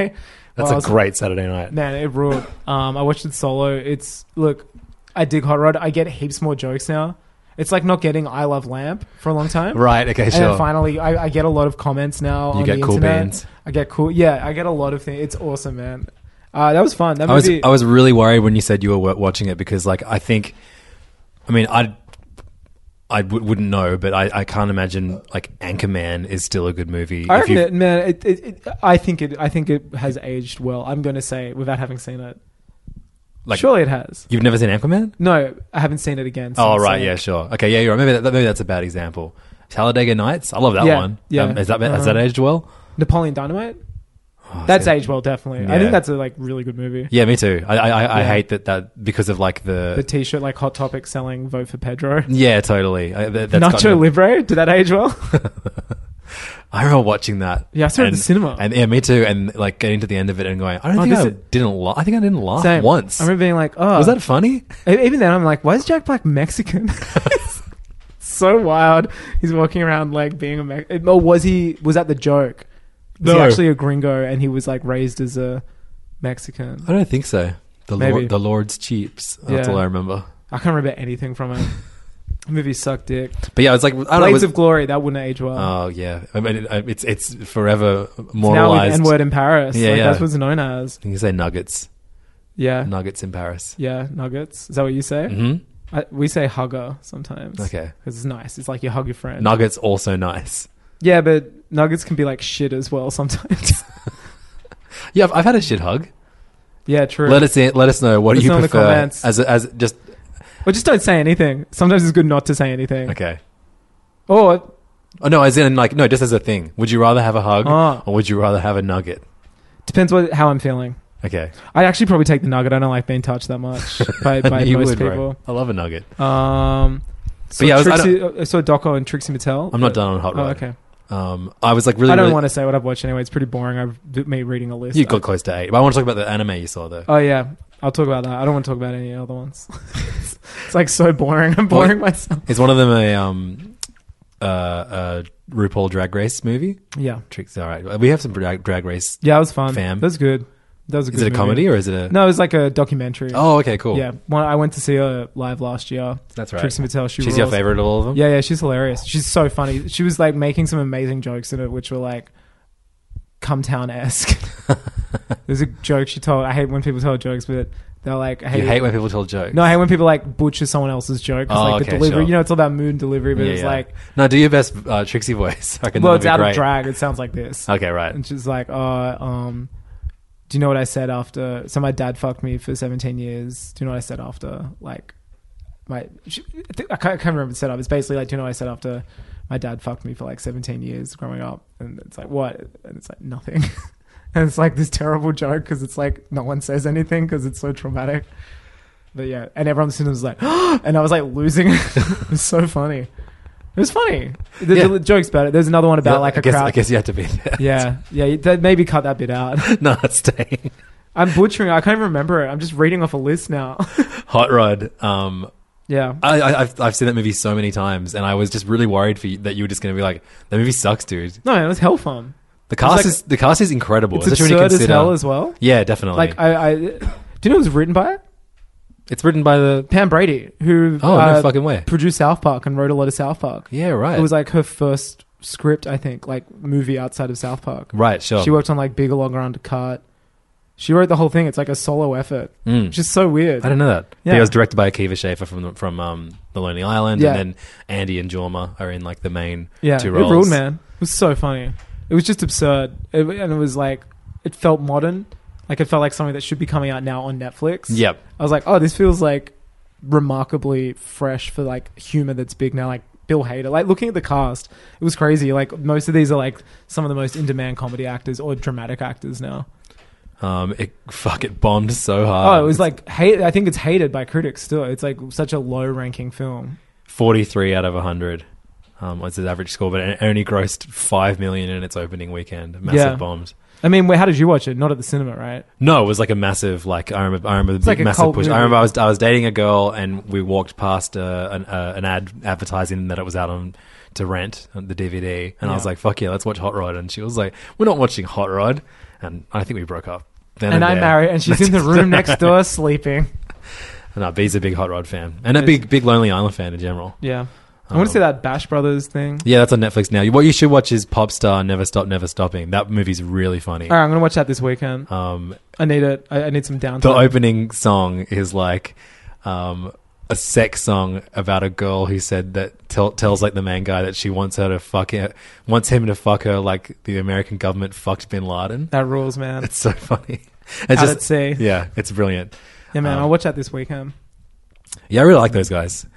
Speaker 6: That's
Speaker 7: While I
Speaker 6: a
Speaker 7: was-
Speaker 6: great Saturday night.
Speaker 7: man. It ruled. Um, I watched it solo. It's look. I dig Hot Rod. I get heaps more jokes now. It's like not getting I Love Lamp for a long time.
Speaker 6: Right, okay,
Speaker 7: And then
Speaker 6: sure.
Speaker 7: finally, I, I get a lot of comments now.
Speaker 6: You
Speaker 7: on
Speaker 6: get
Speaker 7: the
Speaker 6: cool
Speaker 7: internet.
Speaker 6: bands.
Speaker 7: I get cool. Yeah, I get a lot of things. It's awesome, man. Uh, that was fun. That
Speaker 6: I was
Speaker 7: movie,
Speaker 6: I was really worried when you said you were wa- watching it because like I think, I mean I I w- wouldn't know, but I, I can't imagine like Anchorman is still a good movie.
Speaker 7: I
Speaker 6: if you-
Speaker 7: reckon it, man. It, it, it, I think it. I think it has aged well. I'm going to say without having seen it.
Speaker 6: Like-
Speaker 7: surely it has.
Speaker 6: You've never seen Anchorman?
Speaker 7: No, I haven't seen it again.
Speaker 6: Oh
Speaker 7: since,
Speaker 6: right,
Speaker 7: like-
Speaker 6: yeah, sure. Okay, yeah, you're right. Maybe that, maybe that's a bad example. Talladega Nights, I love that
Speaker 7: Yeah,
Speaker 6: one.
Speaker 7: yeah.
Speaker 6: um, is that has
Speaker 7: Uh-huh.
Speaker 6: that aged well?
Speaker 7: Napoleon Dynamite. that's
Speaker 6: see.
Speaker 7: aged well, definitely.
Speaker 6: Oh, Yeah.
Speaker 7: I think that's a like really good movie.
Speaker 6: Yeah, me too. I I, I, I
Speaker 7: Yeah.
Speaker 6: hate that that because of like the,
Speaker 7: The T-shirt, like Hot Topic selling "Vote for Pedro."
Speaker 6: yeah, totally. I, that, that's
Speaker 7: Nacho
Speaker 6: gotten-
Speaker 7: Libre. Did that age well?
Speaker 6: I remember watching that.
Speaker 7: Yeah, I saw it at
Speaker 6: and-
Speaker 7: the cinema.
Speaker 6: And yeah, me too. And like getting to the end of it and going, I don't
Speaker 7: Oh,
Speaker 6: think
Speaker 7: this
Speaker 6: I
Speaker 7: is-
Speaker 6: didn't. La- I think I didn't laugh
Speaker 7: Same.
Speaker 6: once.
Speaker 7: I remember being like, "Oh,
Speaker 6: Was that funny?
Speaker 7: E- Even then, I'm like, why is Jack Black Mexican? so wild. He's walking around like being a Mexican. Or was he? Was that the joke? Was
Speaker 6: No.
Speaker 7: he actually a gringo and he was like raised as a Mexican?
Speaker 6: I don't think so. The
Speaker 7: Maybe.
Speaker 6: Lord, the Lord's cheeps. That's
Speaker 7: Yeah.
Speaker 6: all I remember.
Speaker 7: I can't remember anything from it. the movie sucked dick.
Speaker 6: But yeah, I was like, I don't know.
Speaker 7: Blades
Speaker 6: was-
Speaker 7: of Glory. That wouldn't age well.
Speaker 6: oh yeah, I mean, it- I- it's it's forever
Speaker 7: now with
Speaker 6: moralized.
Speaker 7: N word in Paris.
Speaker 6: Yeah,
Speaker 7: like,
Speaker 6: yeah.
Speaker 7: That's what's known as.
Speaker 6: you can say nuggets,
Speaker 7: Yeah.
Speaker 6: nuggets in Paris.
Speaker 7: Yeah. Nuggets. Is that what you say?
Speaker 6: hmm
Speaker 7: I, we say hugger sometimes.
Speaker 6: Okay.
Speaker 7: Because it's nice. It's like you hug your friend.
Speaker 6: Nuggets also nice.
Speaker 7: yeah, but nuggets can be like shit as well sometimes.
Speaker 6: Yeah, I've, I've had a shit hug.
Speaker 7: yeah, true.
Speaker 6: Let us in, let us know what do
Speaker 7: Let us
Speaker 6: you
Speaker 7: know in the
Speaker 6: prefer
Speaker 7: comments.
Speaker 6: as a- as just
Speaker 7: Or just don't say anything. Sometimes it's good not to say anything.
Speaker 6: okay.
Speaker 7: Or
Speaker 6: Oh no, as in like no, just as a thing. Would you rather have a hug
Speaker 7: Ah.
Speaker 6: or would you rather have a nugget?
Speaker 7: depends what how I'm feeling.
Speaker 6: Okay,
Speaker 7: I actually probably take the nugget. I don't like being touched that much by, by
Speaker 6: You
Speaker 7: most
Speaker 6: would, bro.
Speaker 7: people.
Speaker 6: I love a nugget.
Speaker 7: Um, so
Speaker 6: But yeah, I was- I
Speaker 7: Trixie, I, saw Doco and Trixie Mattel.
Speaker 6: I'm not done on hot
Speaker 7: Oh,
Speaker 6: rod.
Speaker 7: okay.
Speaker 6: Um, I was like really.
Speaker 7: I don't
Speaker 6: really-
Speaker 7: want to say what I've watched anyway. It's pretty boring. I've me reading a list.
Speaker 6: You got close to eight, but I want to talk about the anime you saw though.
Speaker 7: Oh yeah, I'll talk about that. I don't want to talk about any other ones. it's like so boring. I'm boring myself.
Speaker 6: Is one of them a um uh, uh RuPaul Drag Race movie?
Speaker 7: Yeah,
Speaker 6: Tricks. All right, we have some drag, drag race.
Speaker 7: yeah, it was fun.
Speaker 6: Fam.
Speaker 7: That was good. That was a good
Speaker 6: Is it a
Speaker 7: movie.
Speaker 6: comedy or is it a?
Speaker 7: No, it was like a documentary.
Speaker 6: Oh, okay, cool.
Speaker 7: Yeah, one, I went to see her live last year.
Speaker 6: that's right.
Speaker 7: Trixie Mattel. She
Speaker 6: She's your
Speaker 7: rules.
Speaker 6: favorite of all of them.
Speaker 7: Yeah, yeah, she's hilarious. She's so funny. She was like making some amazing jokes in it, which were like come town esque. There's a joke she told. I hate when people tell jokes, but they're like, I
Speaker 6: You hate when people tell jokes.
Speaker 7: no, I hate when people like butcher someone else's joke. 'cause,
Speaker 6: Oh,
Speaker 7: like
Speaker 6: okay,
Speaker 7: the delivery,
Speaker 6: sure.
Speaker 7: you know, it's all about mood and delivery, but
Speaker 6: Yeah,
Speaker 7: it's
Speaker 6: yeah.
Speaker 7: like,
Speaker 6: no. Do your best, uh, Trixie voice. I reckon
Speaker 7: well,
Speaker 6: that'd
Speaker 7: it's
Speaker 6: be
Speaker 7: out
Speaker 6: great.
Speaker 7: of drag. It sounds like this.
Speaker 6: Okay, right.
Speaker 7: And she's like, oh, um, do you know what I said after? So my dad fucked me for 17 years. Do you know what I said after? Like, my, she, I, think, I, can't, I can't remember the setup. It's basically like, do you know what I said after? My dad fucked me for like 17 years growing up. And it's like, what? And it's like, nothing. and it's like this terrible joke because it's like, no one says anything because it's so traumatic. But yeah, and everyone in the cinema was like, and I was like losing it. it was so funny. It was funny. The,
Speaker 6: Yeah.
Speaker 7: the joke's better. There's another one about
Speaker 6: Yeah,
Speaker 7: like
Speaker 6: I
Speaker 7: a
Speaker 6: guess,
Speaker 7: crowd.
Speaker 6: I guess you had to be there.
Speaker 7: Yeah, yeah. you- That maybe cut that bit out.
Speaker 6: no, it's staying.
Speaker 7: I'm butchering. it. I can't even remember it. I'm just reading off a list now.
Speaker 6: Hot Rod. Um,
Speaker 7: yeah,
Speaker 6: I, I, I've, I've seen that movie so many times, and I was just really worried for you that you were just going to be like, "That movie sucks, dude."
Speaker 7: no, it was hell fun.
Speaker 6: The cast
Speaker 7: like-
Speaker 6: is the cast is incredible.
Speaker 7: It's
Speaker 6: especially when you
Speaker 7: absurd as
Speaker 6: consider-
Speaker 7: hell as well.
Speaker 6: Yeah, definitely.
Speaker 7: Like I, I, do you know it was written by
Speaker 6: it's written by the.
Speaker 7: Pam Brady, who uh,
Speaker 6: Oh, no fucking way.
Speaker 7: produced South Park and wrote a lot of South Park.
Speaker 6: Yeah, right.
Speaker 7: It was like her first script, I think, like movie outside of South Park.
Speaker 6: right, sure.
Speaker 7: She worked on like Big Along Around Cart. She wrote the whole thing. It's like a solo effort,
Speaker 6: Mm.
Speaker 7: which is so weird.
Speaker 6: I don't know that. But
Speaker 7: Yeah.
Speaker 6: Yeah, it was directed by Akiva Schaffer from the, from um, the Lonely Island,
Speaker 7: Yeah.
Speaker 6: and then Andy and Jorma are in like the main
Speaker 7: Yeah,
Speaker 6: two
Speaker 7: it
Speaker 6: roles.
Speaker 7: ruled, man. It was so funny. It was just absurd, it, and it was like it felt modern. Like it felt like something that should be coming out now on Netflix.
Speaker 6: Yep.
Speaker 7: I was like, oh, this feels like remarkably fresh for like humor that's big now. Like Bill Hader. Like looking at the cast, it was crazy. Like most of these are like some of the most in-demand comedy actors or dramatic actors now.
Speaker 6: Um, it fuck it bombed so hard.
Speaker 7: Oh, it was like hate. I think it's hated by critics still. It's like such a low-ranking film.
Speaker 6: forty three out of hundred. Um, was its average score, but it only grossed five million in its opening weekend. Massive
Speaker 7: Yeah.
Speaker 6: bombs.
Speaker 7: I mean, where- how did you watch it? Not at the cinema, right?
Speaker 6: No, it was like a massive like I remember. I remember the
Speaker 7: like
Speaker 6: big
Speaker 7: a
Speaker 6: massive
Speaker 7: cult
Speaker 6: push. I
Speaker 7: movie.
Speaker 6: remember I was I was dating a girl and we walked past uh, an uh, an ad advertising that it was out on to rent on the DVD, and I was
Speaker 7: Yeah.
Speaker 6: like, "Fuck yeah, let's watch Hot Rod." And she was like, "We're not watching Hot Rod," and I think we broke up. Then
Speaker 7: And, I
Speaker 6: there.
Speaker 7: married, and she's in the room next door sleeping.
Speaker 6: No, B's a big Hot Rod fan and a big, big Lonely Island fan in general.
Speaker 7: Yeah. I want to see that Bash Brothers thing.
Speaker 6: Um, Yeah, that's on Netflix now. What you should watch is Popstar Never Stop Never Stopping. That movie's really funny.
Speaker 7: All right, I'm gonna watch that this weekend.
Speaker 6: Um,
Speaker 7: I need it. I, I need some downtime.
Speaker 6: the opening song is like um, a sex song about a girl who said that tell, tells like the main guy that she wants her to fuck it, wants him to fuck her like the American government fucked Bin Laden.
Speaker 7: that rules, man.
Speaker 6: It's so funny.
Speaker 7: Out
Speaker 6: It's
Speaker 7: at sea.
Speaker 6: Yeah, it's brilliant.
Speaker 7: Yeah, man.
Speaker 6: um,
Speaker 7: I'll watch that this weekend.
Speaker 6: Yeah, I really like those guys.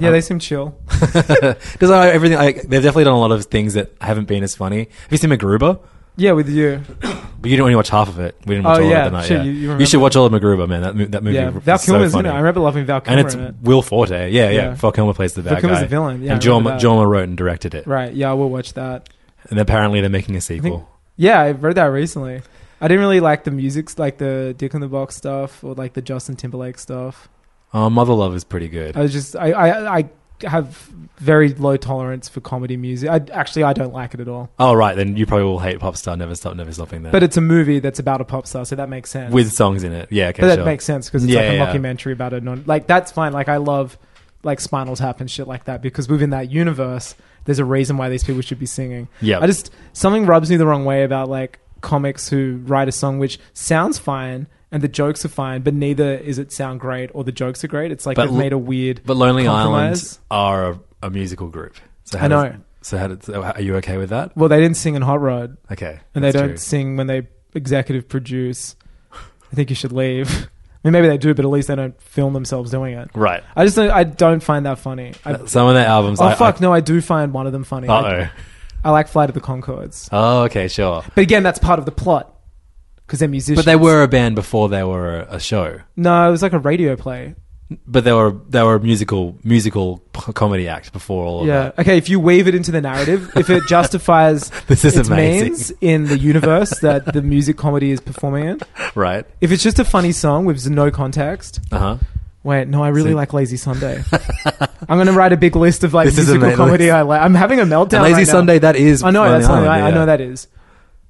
Speaker 7: Yeah, they seem chill.
Speaker 6: Does I, everything? I, they've definitely done a lot of things that haven't been as funny. Have you seen MacGruber?
Speaker 7: Yeah, with you.
Speaker 6: But you didn't only watch half of it. We didn't watch
Speaker 7: Oh,
Speaker 6: all of
Speaker 7: yeah,
Speaker 6: it tonight.
Speaker 7: shit,
Speaker 6: yeah.
Speaker 7: you-
Speaker 6: You,
Speaker 7: you remember.
Speaker 6: should watch all of MacGruber, man. That, mo- that movie.
Speaker 7: Yeah,
Speaker 6: is
Speaker 7: Val Kilmer's
Speaker 6: so
Speaker 7: in
Speaker 6: funny.
Speaker 7: it. I remember loving Val Kilmer
Speaker 6: and it's
Speaker 7: in it.
Speaker 6: Will Forte. Yeah, yeah.
Speaker 7: Yeah.
Speaker 6: Val Kilmer plays the bad
Speaker 7: Val Kilmer's
Speaker 6: guy.
Speaker 7: the villain. Yeah,
Speaker 6: and
Speaker 7: I remember
Speaker 6: Jorma,
Speaker 7: that.
Speaker 6: Jorma Roten directed it.
Speaker 7: Right. Yeah, I will watch that.
Speaker 6: And apparently they're making a
Speaker 7: I think-
Speaker 6: sequel.
Speaker 7: yeah, I read that recently. I didn't really like the music, like the Dick in the Box stuff or like the Justin Timberlake stuff.
Speaker 6: Oh, Mother Love is pretty good.
Speaker 7: I was just, I, I, I have very low tolerance for comedy music. I actually, I don't like it at all.
Speaker 6: oh, right. Then you probably will hate Popstar Never Stop Never Stopping then.
Speaker 7: But it's a movie that's about a pop star, so that makes sense.
Speaker 6: With songs in it. Yeah, okay,
Speaker 7: but that
Speaker 6: sure.
Speaker 7: makes sense because it's
Speaker 6: Yeah,
Speaker 7: like a
Speaker 6: yeah.
Speaker 7: mockumentary about a non. Like that's fine. Like I love like Spinal Tap and shit like that because within that universe, there's a reason why these people should be singing.
Speaker 6: Yeah.
Speaker 7: I just something rubs me the wrong way about like comics who write a song which sounds fine and the jokes are fine, but neither is it sound great or the jokes are great. It's like
Speaker 6: But
Speaker 7: they've
Speaker 6: l-
Speaker 7: made a weird.
Speaker 6: But Lonely
Speaker 7: compromise.
Speaker 6: Islands are a, a musical group. So how
Speaker 7: I know.
Speaker 6: Does, so how did, so are you okay with that?
Speaker 7: Well, they didn't sing in Hot Rod,
Speaker 6: Okay.
Speaker 7: and
Speaker 6: that's
Speaker 7: they don't
Speaker 6: true.
Speaker 7: sing when they executive produce. I think you should leave. I mean, maybe they do, but at least they don't film themselves doing it.
Speaker 6: Right.
Speaker 7: I just don't, I don't find that funny. I,
Speaker 6: Some of their albums.
Speaker 7: oh
Speaker 6: I,
Speaker 7: fuck! no, I do find one of them funny. I,
Speaker 6: Uh
Speaker 7: I like Flight of the Concords.
Speaker 6: oh. Oh, okay, sure.
Speaker 7: but again, that's part of the plot because they're musicians.
Speaker 6: But they were a band before they were a, a show.
Speaker 7: no, it was like a radio play.
Speaker 6: But they were they were a musical musical p- comedy act before all of
Speaker 7: yeah.
Speaker 6: that.
Speaker 7: Okay. If you weave it into the narrative, if it justifies
Speaker 6: This is
Speaker 7: its
Speaker 6: amazing.
Speaker 7: means in the universe that the music comedy is performing in,
Speaker 6: Right.
Speaker 7: if it's just a funny song with no context,
Speaker 6: Uh huh.
Speaker 7: Wait, no, I really
Speaker 6: See?
Speaker 7: like Lazy Sunday. I'm gonna write a big list of like
Speaker 6: This is a
Speaker 7: musical
Speaker 6: ma-
Speaker 7: comedy I like. I'm having a meltdown.
Speaker 6: Lazy
Speaker 7: right now.
Speaker 6: Sunday, that is
Speaker 7: I know
Speaker 6: Lonely
Speaker 7: that's something I,
Speaker 6: Island,
Speaker 7: I
Speaker 6: yeah.
Speaker 7: know that is.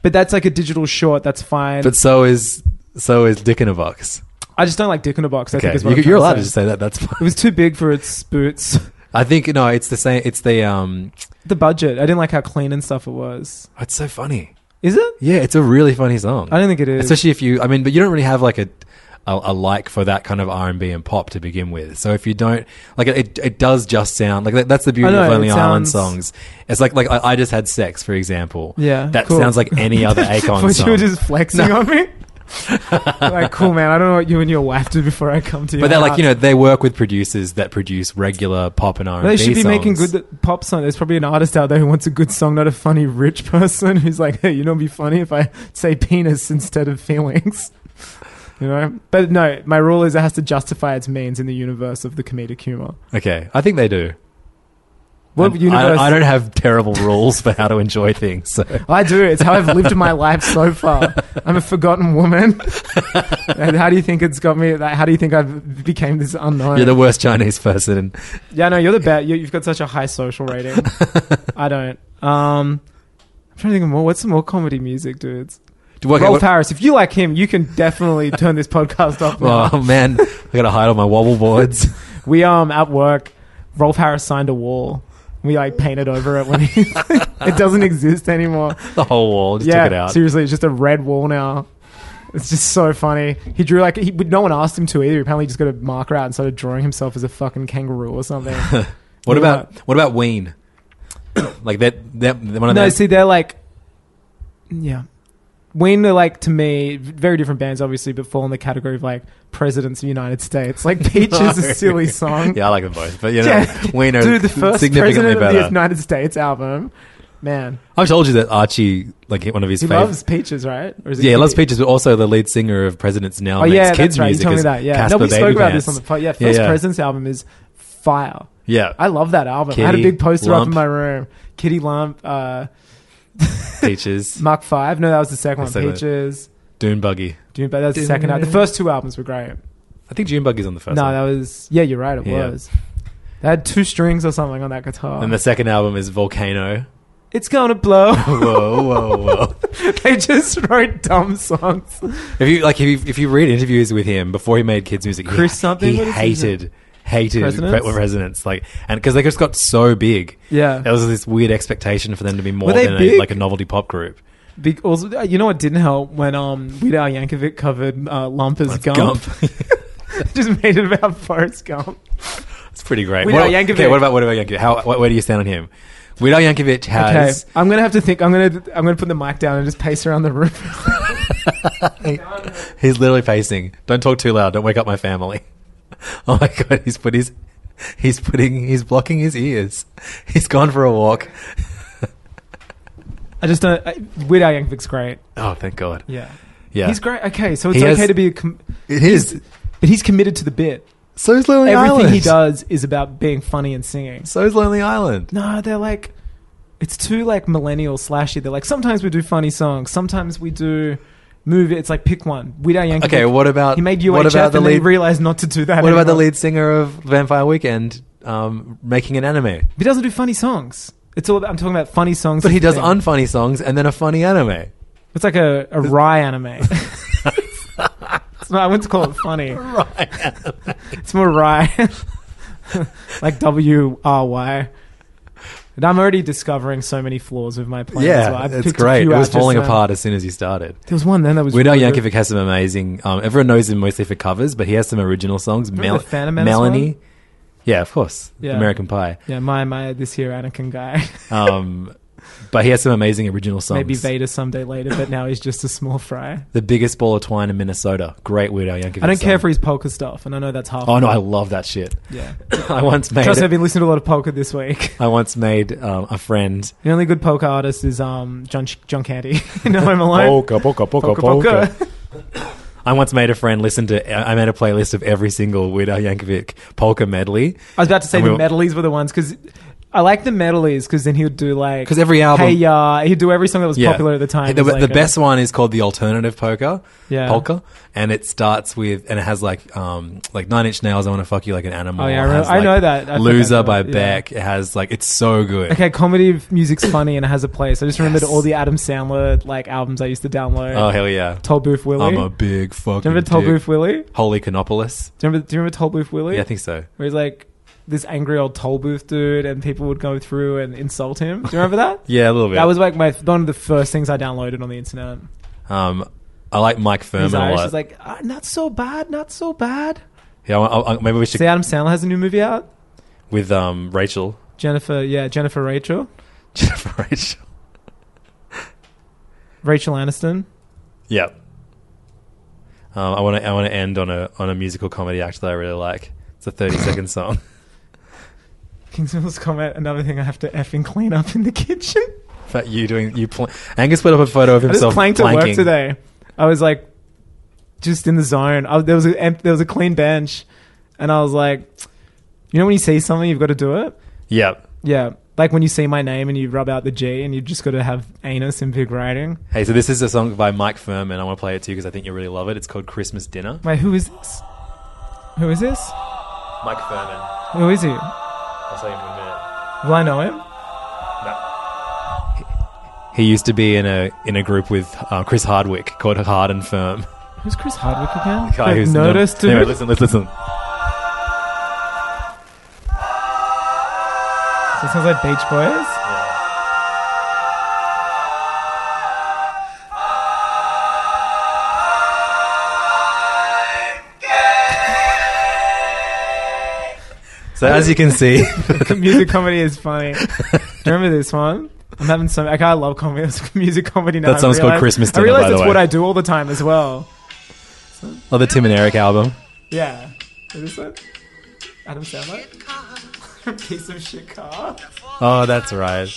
Speaker 7: But that's like a digital short. That's fine.
Speaker 6: But so is so is Dick in a Box.
Speaker 7: I just don't like Dick in a Box. I
Speaker 6: Okay,
Speaker 7: think is what
Speaker 6: you,
Speaker 7: I'm
Speaker 6: you're
Speaker 7: trying
Speaker 6: allowed to
Speaker 7: say.
Speaker 6: just say that. That's
Speaker 7: It
Speaker 6: fine.
Speaker 7: was too big for its boots.
Speaker 6: I think no, it's the same. It's the um.
Speaker 7: the budget. I didn't like how clean and stuff it was.
Speaker 6: It's so funny.
Speaker 7: Is it?
Speaker 6: Yeah, it's a really funny song.
Speaker 7: I don't think it is.
Speaker 6: Especially if you, I mean, but you don't really have like a a, a like for that kind of R and B and pop to begin with. So if you don't like it, it, it does just sound like that, that's the beauty
Speaker 7: I know,
Speaker 6: of Lonely
Speaker 7: it
Speaker 6: Island
Speaker 7: sounds-
Speaker 6: songs. It's like like I, I just had sex, for example.
Speaker 7: Yeah,
Speaker 6: that
Speaker 7: cool.
Speaker 6: sounds like any other Akon
Speaker 7: But
Speaker 6: song.
Speaker 7: you were just flexing on me. like, cool, man. I don't know what you and your wife do before I come to you.
Speaker 6: but they're like you know they work with producers that produce regular pop and R and B.
Speaker 7: They should be making good pop songs. There's probably an artist out there who wants a good song, not a funny rich person who's like, hey, you know, it'd be funny if I say penis instead of feelings. You know? But no, my rule is it has to justify its means in the universe of the comedic humor.
Speaker 6: Okay, I think they do.
Speaker 7: What
Speaker 6: And
Speaker 7: universe?
Speaker 6: I, I don't have terrible rules for how to enjoy things. So.
Speaker 7: I do. It's how I've lived my life so far. I'm a forgotten woman. and how do you think it's got me? Like, how do you think I've became this unknown?
Speaker 6: You're the worst Chinese person.
Speaker 7: Yeah, no, you're the best. You, you've got such a high social rating. I don't. Um, I'm trying to think of more. What's some more comedy music, dudes?
Speaker 6: Okay,
Speaker 7: Rolf
Speaker 6: what-
Speaker 7: Harris. If you like him, you can definitely turn this podcast off. now.
Speaker 6: Oh man, I gotta hide all my wobble boards.
Speaker 7: We um at work. Rolf Harris signed a wall. We like painted over it when he, it doesn't exist anymore.
Speaker 6: the whole wall. Just
Speaker 7: yeah,
Speaker 6: took it out.
Speaker 7: seriously, it's just a red wall now. It's just so funny. He drew like he, no one asked him to either. Apparently, he just got a marker out and started drawing himself as a fucking kangaroo or something.
Speaker 6: What
Speaker 7: Yeah.
Speaker 6: about what about Ween? like that that one of
Speaker 7: No,
Speaker 6: those.
Speaker 7: see, they're like, yeah. Ween are like to me very different bands, obviously, but fall in the category of like presidents of the United States. Like Peach is a silly song.
Speaker 6: Yeah, I like them both, but you know,
Speaker 7: Yeah.
Speaker 6: Ween are
Speaker 7: Dude, the first
Speaker 6: significantly
Speaker 7: president
Speaker 6: better.
Speaker 7: of the United States album, man,
Speaker 6: I've told you that Archie like hit one of his
Speaker 7: he
Speaker 6: favorites.
Speaker 7: loves peaches, right? Or is
Speaker 6: Yeah, he loves
Speaker 7: Kitty?
Speaker 6: Peaches, but also the lead singer of Presidents Now
Speaker 7: Oh
Speaker 6: makes
Speaker 7: yeah, that's
Speaker 6: kids
Speaker 7: right.
Speaker 6: music.
Speaker 7: you told me
Speaker 6: is
Speaker 7: that. Yeah,
Speaker 6: Casper
Speaker 7: no, we spoke
Speaker 6: Baby
Speaker 7: about this on
Speaker 6: Pants.
Speaker 7: the pod. Yeah, first
Speaker 6: Yeah, yeah.
Speaker 7: presidents album is fire.
Speaker 6: Yeah,
Speaker 7: I love that album. I had a
Speaker 6: Kitty,
Speaker 7: big poster up in
Speaker 6: Lump.
Speaker 7: my room. Kitty Lump, uh,
Speaker 6: Peaches,
Speaker 7: Mark Five. No, that was the second one.
Speaker 6: That's the second one.
Speaker 7: Peaches.
Speaker 6: Dune Buggy.
Speaker 7: Doing better. That's the second album. The first two albums were great.
Speaker 6: I think Dune Buggy's on the first.
Speaker 7: No,
Speaker 6: one.
Speaker 7: that was yeah. You're right. It
Speaker 6: Yeah.
Speaker 7: was. They had two strings or something on that guitar.
Speaker 6: and the second album is Volcano.
Speaker 7: It's gonna blow.
Speaker 6: whoa, whoa, whoa.
Speaker 7: they just wrote dumb songs.
Speaker 6: If you like, if you, if you read interviews with him before he made kids music,
Speaker 7: Chris
Speaker 6: he,
Speaker 7: something?
Speaker 6: he
Speaker 7: What is his
Speaker 6: hated hated
Speaker 7: Resonance?
Speaker 6: pre- resonance, like, and because they just got so big,
Speaker 7: Yeah.
Speaker 6: there was this weird expectation for them to be more
Speaker 7: Were they
Speaker 6: than a,
Speaker 7: big?
Speaker 6: like a novelty pop group.
Speaker 7: Be- also, uh, you know what didn't help when um, Weird Al Yankovic covered uh, Lump as Gump. just made it about Forrest Gump.
Speaker 6: it's pretty great.
Speaker 7: Weird
Speaker 6: what,
Speaker 7: Al Yankovic.
Speaker 6: Okay, what about what about Yankovic? How what, where do you stand on him? Weird Al Yankovic
Speaker 7: Okay,
Speaker 6: has
Speaker 7: I'm gonna have to think. I'm gonna I'm gonna put the mic down and just pace around the room.
Speaker 6: he's literally facing. Don't talk too loud. Don't wake up my family. Oh my god, he's put his he's putting he's blocking his ears. He's gone for a walk.
Speaker 7: I just don't. I, Weird Al Yankovic's great.
Speaker 6: Oh, thank God.
Speaker 7: Yeah.
Speaker 6: Yeah.
Speaker 7: He's great. Okay, so it's
Speaker 6: He
Speaker 7: okay
Speaker 6: has-
Speaker 7: to be. A com-
Speaker 6: It is.
Speaker 7: but he's committed to the bit.
Speaker 6: So is Lonely
Speaker 7: Everything
Speaker 6: Island.
Speaker 7: he does is about being funny and singing.
Speaker 6: So is Lonely Island.
Speaker 7: No, they're like, it's too like millennial slashy. They're like, sometimes we do funny songs, sometimes we do movie. It's like pick one. Weird Al Yankovic.
Speaker 6: Okay, what about
Speaker 7: he made UHF
Speaker 6: what about the
Speaker 7: and
Speaker 6: lead?
Speaker 7: then realized not to do that.
Speaker 6: what about the
Speaker 7: anymore.
Speaker 6: lead singer of Vampire Weekend um, making an anime?
Speaker 7: But He doesn't do funny songs. It's all. About, I'm talking about funny songs.
Speaker 6: But he
Speaker 7: is the
Speaker 6: does
Speaker 7: thing.
Speaker 6: unfunny songs and then a funny anime.
Speaker 7: It's like a, a wry anime. it's not, I wouldn't call it funny. It's more wry. like W R Y. And I'm already discovering so many flaws with my plan. as well.
Speaker 6: yeah,
Speaker 7: I've
Speaker 6: it's
Speaker 7: picked a
Speaker 6: great. It
Speaker 7: few um,
Speaker 6: was
Speaker 7: out just
Speaker 6: falling
Speaker 7: now.
Speaker 6: apart as soon as you started.
Speaker 7: There was one then that was.
Speaker 6: Weird Al
Speaker 7: really good.
Speaker 6: Yankovic has some amazing. Um, everyone knows him mostly for covers, but he has some original songs.
Speaker 7: Remember the Phantom Menace
Speaker 6: Melanie,
Speaker 7: one?
Speaker 6: yeah, of course,
Speaker 7: Yeah.
Speaker 6: American Pie.
Speaker 7: Yeah, my my this here Anakin guy.
Speaker 6: Um, but he has some amazing original songs.
Speaker 7: Maybe Vader someday later, but now he's just a small fry.
Speaker 6: the biggest ball of twine in Minnesota. Great Weird Al Yankovic.
Speaker 7: I don't care
Speaker 6: song.
Speaker 7: for his polka stuff, and I know that's half.
Speaker 6: Oh
Speaker 7: of
Speaker 6: no,
Speaker 7: it.
Speaker 6: I love that shit.
Speaker 7: yeah.
Speaker 6: I once made.
Speaker 7: Trust me, I've been listening to a lot of polka this week.
Speaker 6: I once made um, a friend.
Speaker 7: The only good polka artist is um John John Candy. no, I'm alone.
Speaker 6: polka,
Speaker 7: Polka, polka.
Speaker 6: I once made a friend listen to. I made a playlist of every single Weird Al Yankovic polka medley.
Speaker 7: I was about to say
Speaker 6: And
Speaker 7: the
Speaker 6: we were-
Speaker 7: medleys were the ones because I like the medleys because then he would do like
Speaker 6: 'Cause every album-
Speaker 7: Hey ya, he'd do every song that was popular at the time.
Speaker 6: The,
Speaker 7: It was
Speaker 6: the
Speaker 7: like uh, a-
Speaker 6: best one is called the alternative polka.
Speaker 7: Yeah.
Speaker 6: Polka, and it starts with and it has like um like Nine Inch Nails. I want to fuck you like an animal.
Speaker 7: Oh, yeah, I
Speaker 6: It has,
Speaker 7: remember- I
Speaker 6: like,
Speaker 7: know that. I think I know
Speaker 6: Loser by
Speaker 7: it, yeah.
Speaker 6: Beck. It has like it's so good.
Speaker 7: Okay, comedy f- music's funny and it has a place. I just remembered
Speaker 6: Yes.
Speaker 7: all the Adam Sandler like albums I used to download.
Speaker 6: Oh hell yeah!
Speaker 7: Toll Booth Willie.
Speaker 6: I'm a big
Speaker 7: do
Speaker 6: fucking.
Speaker 7: you remember Toll
Speaker 6: dick.
Speaker 7: Booth Willie?
Speaker 6: Holy Canopolis.
Speaker 7: Do you remember, do you remember Toll Booth Willie?
Speaker 6: Yeah, I think so.
Speaker 7: Where he's like this angry old toll booth dude, and people would go through and insult him. Do you remember that?
Speaker 6: Yeah, a little bit.
Speaker 7: That was like my one of the first things I downloaded on the internet.
Speaker 6: Um, I like Mike Furman
Speaker 7: He's
Speaker 6: a
Speaker 7: Irish.
Speaker 6: lot.
Speaker 7: He's like, ah, not so bad, not so bad.
Speaker 6: yeah, I, I, I- maybe we should
Speaker 7: See, Adam Sandler has a new movie out.
Speaker 6: with um Rachel.
Speaker 7: Jennifer, yeah, Jennifer Rachel,
Speaker 6: Jennifer Rachel.
Speaker 7: Rachel Aniston.
Speaker 6: Yep. Um, I want to I want to end on a on a musical comedy act that I really like. It's a thirty second song.
Speaker 7: Kingsmill's comment. Another thing I have to effing clean up in the kitchen.
Speaker 6: But you doing you pl- Angus put up a photo of
Speaker 7: I was
Speaker 6: himself
Speaker 7: playing to
Speaker 6: planking.
Speaker 7: work today. I was like, just in the zone. I, there was a em- there was a clean bench, and I was like, you know, when you see something, you've got to do it.
Speaker 6: Yep.
Speaker 7: Yeah, like when you see my name and you rub out the G, and you've just got to have anus in big writing.
Speaker 6: Hey, so this is a song by Mike Furman. I want to play it to you because I think you'll really love it. It's called Christmas Dinner.
Speaker 7: Wait, who is this? Who is this?
Speaker 6: Mike Furman.
Speaker 7: Who is he? Will
Speaker 6: I'll tell you in a
Speaker 7: I know him?
Speaker 6: minute. He used to be in a in a group with uh, Chris Hardwick called Hard and Firm.
Speaker 7: Who's Chris Hardwick again?
Speaker 6: Guy who's
Speaker 7: noticed,
Speaker 6: no-
Speaker 7: dude.
Speaker 6: Anyway, listen, let's listen.
Speaker 7: So it sounds like Beach Boys.
Speaker 6: So as you can see,
Speaker 7: music comedy is funny. Do you remember this one? I'm having some. Like, I love comedy. It's music comedy now.
Speaker 6: That song's
Speaker 7: I
Speaker 6: called
Speaker 7: realize-
Speaker 6: Christmas
Speaker 7: I
Speaker 6: Dinner,
Speaker 7: realize
Speaker 6: by the
Speaker 7: that's
Speaker 6: way.
Speaker 7: what I do all the time as well.
Speaker 6: oh, the Tim and Eric album.
Speaker 7: Yeah. Is this one? Adam Sandler? Piece of shit car.
Speaker 6: Oh, that's right.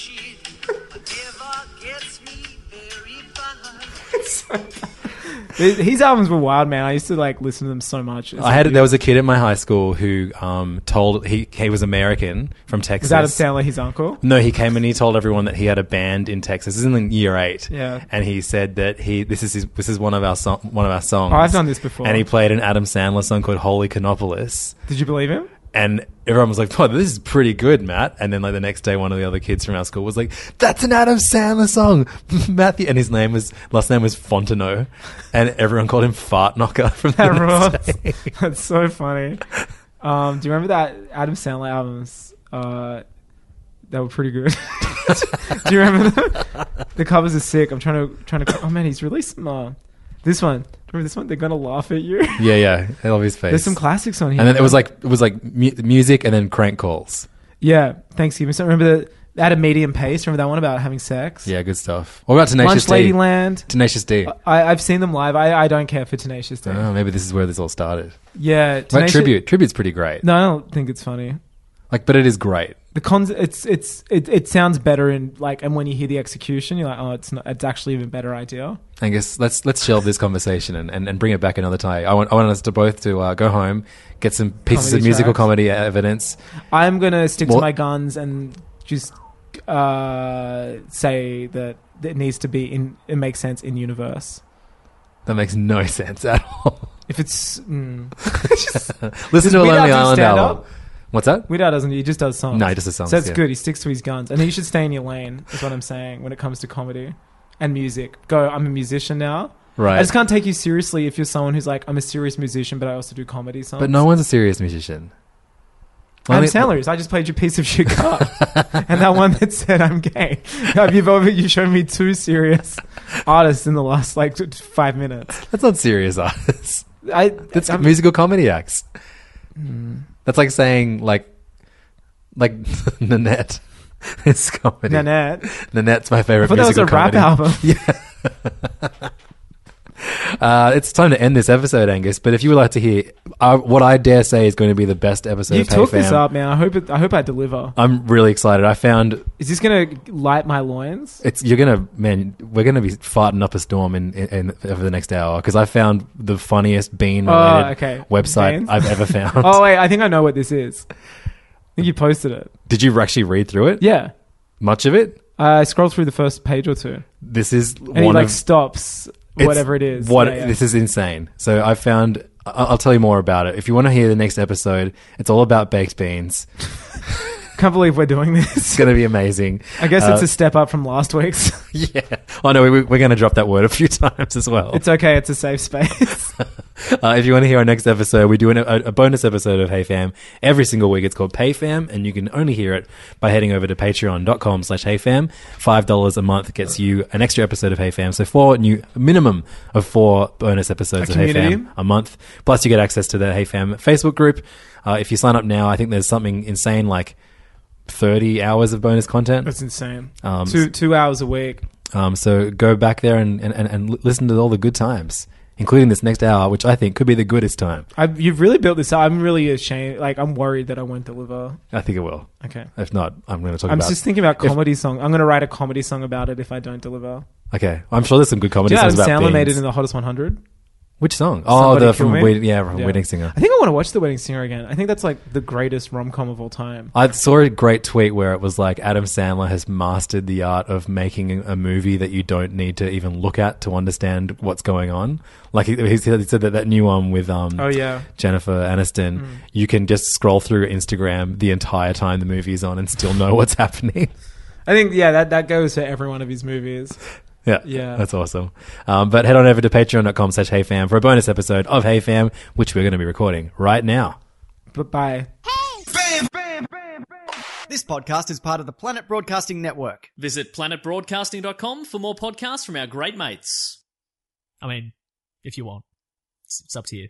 Speaker 7: His his albums were wild, man. I used to like listen to them so much. It's
Speaker 6: I had there was a kid at my high school who um, told he he was American from Texas.
Speaker 7: Is Adam Sandler his uncle?
Speaker 6: No, he came and he told everyone that he had a band in Texas. This is in year eight.
Speaker 7: Yeah.
Speaker 6: and he said that he this is his, this is one of our song, one of our songs.
Speaker 7: Oh, I've done this before.
Speaker 6: And he played an Adam Sandler song called Holy Canopolis.
Speaker 7: Did you believe him?
Speaker 6: And everyone was like, "Oh, this is pretty good, Matt." And then like the next day, one of the other kids from our school was like, "That's an Adam Sandler song, Matthew." And his name was last name was Fontenot, and everyone called him Fart Knocker from
Speaker 7: That
Speaker 6: that.
Speaker 7: rules. That's so funny. Um, do you remember that Adam Sandler albums? Uh, that were pretty good. do you remember them? the covers are sick? I'm trying to trying to. Oh man, he's released some. Uh, this one. Remember this one? They're gonna laugh at you.
Speaker 6: Yeah, yeah, I love his face.
Speaker 7: There's some classics on here.
Speaker 6: And then it was like it was like mu- music and then crank calls.
Speaker 7: Yeah, Thanksgiving. So remember the at a medium pace. Remember that one about having sex.
Speaker 6: Yeah, good stuff. What about Tenacious
Speaker 7: Lunch
Speaker 6: D?
Speaker 7: Ladyland.
Speaker 6: Tenacious D.
Speaker 7: I, I've seen them live. I, I don't care for Tenacious D.
Speaker 6: Oh, maybe this is where this all started.
Speaker 7: Yeah,
Speaker 6: What about
Speaker 7: Tenacious-
Speaker 6: tribute? Tribute's pretty great.
Speaker 7: No, I don't think it's funny.
Speaker 6: Like, but it is great.
Speaker 7: The cons, it's it's it, it sounds better in like, and when you hear the execution, you're like, oh, it's not. It's actually even better idea.
Speaker 6: I guess let's let's shelve this conversation and, and, and bring it back another time. I want I want us to both to uh, go home, get some pieces
Speaker 7: Comedy
Speaker 6: of musical
Speaker 7: tracks.
Speaker 6: comedy evidence.
Speaker 7: I'm gonna stick
Speaker 6: Well-
Speaker 7: to my guns and just uh, say that it needs to be in. It makes sense in universe.
Speaker 6: That makes no sense at all.
Speaker 7: If it's mm,
Speaker 6: Listen to a
Speaker 7: Weird Al
Speaker 6: Lonely
Speaker 7: do
Speaker 6: Island
Speaker 7: stand-up?
Speaker 6: album. What's that?
Speaker 7: Weird Al doesn't. He just does songs.
Speaker 6: No, he just does songs,
Speaker 7: So that's
Speaker 6: yeah.
Speaker 7: good. He sticks to his guns, and you should stay in your lane. Is what I'm saying when it comes to comedy and music. Go. I'm a musician now.
Speaker 6: Right.
Speaker 7: I just can't take you seriously if you're someone who's like, I'm a serious musician, but I also do comedy songs.
Speaker 6: But no one's a serious musician.
Speaker 7: I'm
Speaker 6: Lonely-
Speaker 7: Sandler's. I just played your piece of shit card, and that one that said I'm gay. You've over. You shown me two serious artists in the last like t- five minutes.
Speaker 6: That's not serious artists.
Speaker 7: I.
Speaker 6: That's
Speaker 7: I'm- Hmm.
Speaker 6: musical comedy acts. That's like saying like like Nanette. It's comedy.
Speaker 7: Nanette.
Speaker 6: Nanette's my favorite.
Speaker 7: I thought that was
Speaker 6: musical
Speaker 7: a rap
Speaker 6: comedy.
Speaker 7: album.
Speaker 6: Uh, it's time to end this episode, Angus. But if you would like to hear uh, what I dare say is going to be the best episode,
Speaker 7: You
Speaker 6: of Hey
Speaker 7: took this
Speaker 6: Fam,
Speaker 7: up, man. I hope. It, I hope I deliver.
Speaker 6: I'm really excited. I found
Speaker 7: Is this gonna light my loins?
Speaker 6: it's you're gonna man, we're gonna be farting up a storm in, in, in over the next hour because I found the funniest bean related
Speaker 7: Oh, okay.
Speaker 6: website
Speaker 7: Beans?
Speaker 6: I've ever found.
Speaker 7: Oh wait, I think I know what this is. I think you posted it.
Speaker 6: Did you actually read through it?
Speaker 7: Yeah,
Speaker 6: Much of it.
Speaker 7: I scrolled through the first page or two,
Speaker 6: This is
Speaker 7: and he
Speaker 6: one
Speaker 7: like
Speaker 6: of
Speaker 7: stops
Speaker 6: It's-
Speaker 7: whatever it is.
Speaker 6: What
Speaker 7: Yeah, yeah.
Speaker 6: this is insane. So I found. I- I'll tell you more about it. If you want to hear the next episode, it's all about baked beans.
Speaker 7: Can't believe we're doing
Speaker 6: It's
Speaker 7: this.
Speaker 6: going to be amazing.
Speaker 7: I guess it's
Speaker 6: Uh,
Speaker 7: a step up from last week's.
Speaker 6: yeah. Oh no, we, we're going to drop that word a few times as well.
Speaker 7: It's okay. It's a safe space.
Speaker 6: Uh, if you want to hear our next episode, we do an, a, a bonus episode of Hey Fam every single week. It's called Pay Fam, and you can only hear it by heading over to patreon.com slash Hey Fam. $5 a month gets you an extra episode of Hey Fam. So four new, a minimum of four bonus episodes
Speaker 7: A
Speaker 6: of Hey
Speaker 7: community.
Speaker 6: Fam a month. Plus you get access to the Hey Fam Facebook group. Uh, if you sign up now, I think there's something insane like 30 hours of bonus content.
Speaker 7: That's insane.
Speaker 6: Um,
Speaker 7: two two hours a week.
Speaker 6: Um, so go back there and, and, and, and l- listen to all the good times, including this next hour, which I think could be the goodest time.
Speaker 7: I, you've really built this up. I'm really ashamed. Like I'm worried that I won't deliver.
Speaker 6: I think it will.
Speaker 7: Okay.
Speaker 6: If not, I'm going to talk
Speaker 7: I'm
Speaker 6: about.
Speaker 7: just thinking about
Speaker 6: if-
Speaker 7: comedy song. I'm going to write a comedy song about it if I don't deliver.
Speaker 6: okay, I'm sure there's some good comedy
Speaker 7: Do you know
Speaker 6: songs
Speaker 7: Adam
Speaker 6: about
Speaker 7: Sandler made it
Speaker 6: beans.
Speaker 7: in the hottest 100?
Speaker 6: Which song? Oh,
Speaker 7: Somebody
Speaker 6: the
Speaker 7: Kill
Speaker 6: from
Speaker 7: Me?
Speaker 6: Weed, yeah, from
Speaker 7: Yeah.
Speaker 6: Wedding Singer.
Speaker 7: I think I want to watch The Wedding Singer again. I think that's like the greatest rom com of all time.
Speaker 6: I saw a great tweet where it was like Adam Sandler has mastered the art of making a movie that you don't need to even look at to understand what's going on. Like he, he said he said that that new one with um
Speaker 7: Oh yeah, Mm.
Speaker 6: Jennifer Aniston, you can just scroll through Instagram the entire time the movie is on and still know what's happening.
Speaker 7: I think yeah that that goes for every one of his movies.
Speaker 6: Yeah,
Speaker 7: Yeah.
Speaker 6: that's awesome. Um, but head on over to patreon.com slash heyfam for a bonus episode of Hey Fam, which we're going to be recording right now.
Speaker 7: But bye.
Speaker 2: This podcast is part of the Planet Broadcasting Network.
Speaker 3: Visit planetbroadcasting.com for more podcasts from our great mates. I mean, if you want, it's, it's up to you.